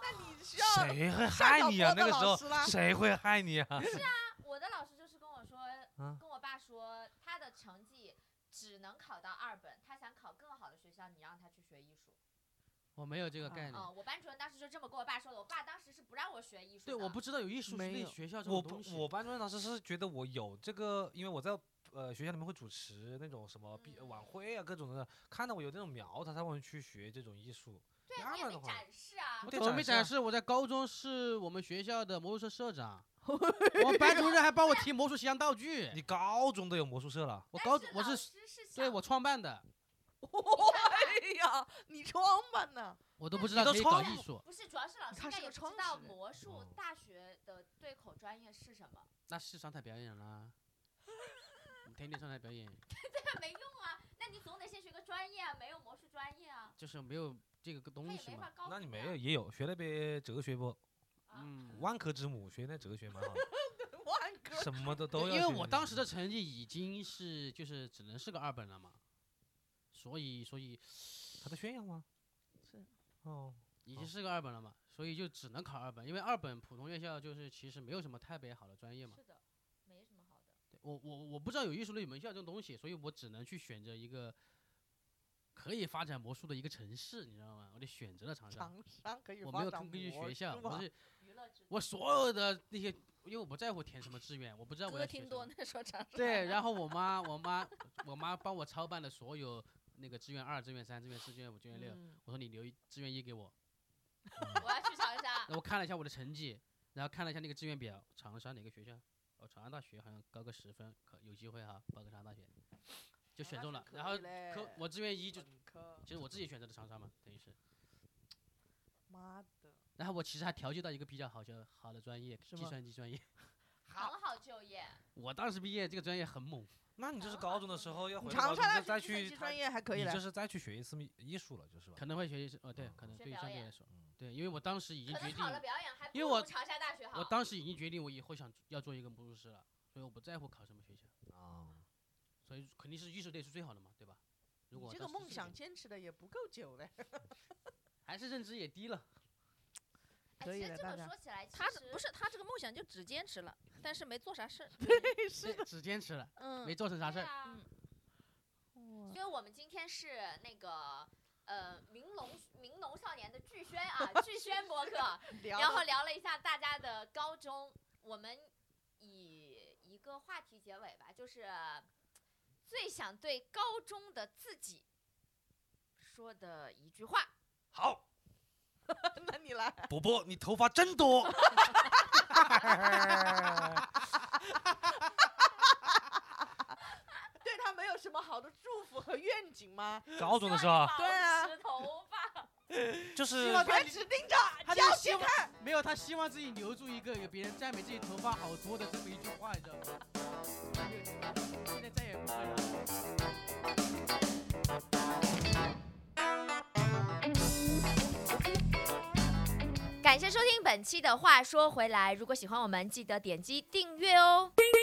S1: 那
S2: 你需
S4: 谁会害你啊？那个时候谁会害你啊？
S1: 我的老师就是跟我说，
S4: 嗯
S1: 跟我爸说，他的成绩只能考到二本，他想考更好的学校，你让他去学艺术。
S3: 我没有这个
S2: 啊
S3: 概念。
S1: 嗯，我班主任当时就这么跟我爸说的，我爸当时是不让我学艺术
S3: 对，
S1: 的
S3: 我不知道有艺术
S2: 没
S3: 类
S2: 有
S3: 学校这
S4: 我
S3: 种
S4: 不
S3: 东西。
S4: 我班主任老师是觉得我有这个，因为我在呃学校里面会主持那种什么毕
S1: 嗯
S4: 晚会啊各种的，看到我有这种苗头，他才会去学这种艺术。
S1: 对
S4: 压
S1: 你也
S4: 了
S1: 得
S4: 的话
S1: 展示啊
S4: 我。
S3: 对
S4: 得
S3: 我没展
S4: 示
S3: 示，我在高中是我们学校的魔术社社 长，我班主任还帮我提魔术形象道具
S4: 啊。。你高中都有魔术社了，
S3: 我
S1: 但
S3: 高
S1: 是
S3: 我
S1: 老
S3: 是
S1: 师是
S3: 对
S1: 想
S3: 我创办的，
S2: 哎呀，你装吧呢？
S3: 我都不知
S4: 你
S3: 道
S4: 都
S3: 可以搞
S4: 创
S3: 艺术，
S1: 不是，主要是老师
S2: 他
S1: 应该
S2: 是
S1: 也
S2: 个
S1: 不
S2: 创
S1: 知道
S2: 始人
S1: 魔术
S4: 哦
S1: 大学的对口专业是什么，
S3: 那是上台表 演啦。我们天天上台表演，
S1: 那没用啊。那你总得先学个专业啊，没有魔术专业啊，
S3: 就是没有这个个
S1: 他
S3: 东
S1: 也
S3: 西
S1: 没
S3: 嘛
S1: 法。告诉
S4: 那你没
S1: 啊
S4: 有也有学了呗哲学不？
S1: 啊
S3: 嗯，
S4: 万科之母学那哲学蛮好的，
S2: 万哥，
S3: 啊
S4: 什么的
S3: 对
S4: 都要学
S3: 因
S4: 那
S3: 为
S4: 种。
S3: 我当时的成绩已经是就是只能是个二本了嘛，所以所以
S4: 他在宣扬吗？
S2: 是
S4: 哦，
S3: 已
S4: 好
S3: 经是个二本了嘛，所以就只能考二本，因为二本普通院校就是其实没有什么特别好的专业嘛。
S1: 是的，没什么好的。
S3: 对我我我不知道有艺术类门校这种东西，所以我只能去选择一个可以发展魔术的一个城市，你知道吗？我得选择了长沙，
S2: 长沙可以
S3: 啊我
S2: 发
S3: 没有
S2: 展
S3: 根据
S2: 魔
S3: 学校，
S2: 术
S3: 我
S2: 啊
S3: 是
S1: 娱乐之
S3: 我所有的那些，因为我不在乎填什么志愿，我不知道我
S5: 歌
S3: 要学
S5: 听
S3: 什
S5: 多
S3: 么。
S5: 那时候常
S3: 对，然后我妈我妈我妈帮我操办了所有那个志愿二、志愿三、志愿四、志愿五、志愿六。
S2: 嗯
S3: 我说你留一志愿一给我，
S1: 我要去长沙
S3: 然，后我看了一下我的成绩，然后看了一下那个志愿表，长沙哪个学校？哦，长安大学好像高个十分，可有机会哈、报个长安大学，就选中了。然后科我志愿一就，
S2: 本科
S3: 其实我自己选择的长沙嘛，等于是。
S2: 妈的，
S3: 然后我其实还调剂到一个比较好的好的专业，
S2: 什
S3: 计
S2: 么
S3: 算机专业。
S4: 差。
S1: 很好就业，
S3: 我当时毕业这个专业很猛，
S4: 那你这是高中的时候要
S2: 你
S4: 回
S2: 长
S4: 到高
S2: 沙
S4: 中
S2: 大
S4: 再
S2: 学
S4: 再
S2: 计算
S4: 去
S2: 机
S4: 他，
S2: 专业还可以
S4: 你
S2: 了
S4: 这，是再去学一次艺艺术了，就是吧？哦
S3: 可能会学习，呃，对，可能
S1: 学
S3: 对于
S1: 表
S3: 相对
S1: 演
S3: 来说，
S4: 嗯
S3: 对，因为我当时已经
S1: 可
S3: 决
S1: 能
S3: 定
S1: 考，了表演还不
S3: 因为我
S1: 如长沙大学好。
S3: 我当时已经决定我以后想要做一个魔术师了，所以我不在乎考什么学校，
S4: 啊，
S3: 所以肯定是艺术类是最好的嘛，对吧？如
S2: 你
S3: 果
S2: 这
S3: 当时
S2: 个
S3: 是
S2: 梦
S3: 这
S2: 想
S3: 样
S2: 坚持的也不够久 嘞。
S3: 还是认知也低了，
S1: 哎
S2: 可以
S1: 其实
S2: 的
S1: 这
S2: 大
S1: 么
S2: 家
S1: 说起来，其
S5: 他
S1: 实
S5: 不是他这个梦想就只坚持了，但是没做啥事儿。
S2: 是的，
S3: 只坚持了，没
S5: 嗯，
S3: 做成啥事
S1: 对
S3: 儿。
S1: 啊
S5: 嗯
S1: 所以我们今天是那个呃明龙明龙少年的巨轩啊，巨轩博客，
S2: 聊
S1: 然后
S2: 得
S1: 聊了一下大家的高中，我们以一个话题结尾吧，就是最想对高中的自己说的一句话。
S4: 好，
S2: 那你来，
S4: 伯伯，你头发真多。
S2: 对他没有什么好的祝福和愿景吗？
S4: 高中的时候啊，
S1: 保
S2: 对啊
S1: 持头发，
S4: 就是
S3: 望
S2: 全指盯着，
S3: 他就
S2: 交
S3: 希
S2: 接
S3: 望
S2: 他。
S3: 没有，他希望自己留住一个有别人赞美自己头发好多的这么一句话，你知道吗？
S2: 六七八现在再也不会了。
S1: 感谢收听本期的。话说回来，如果喜欢我们，记得点击订阅哦。订阅。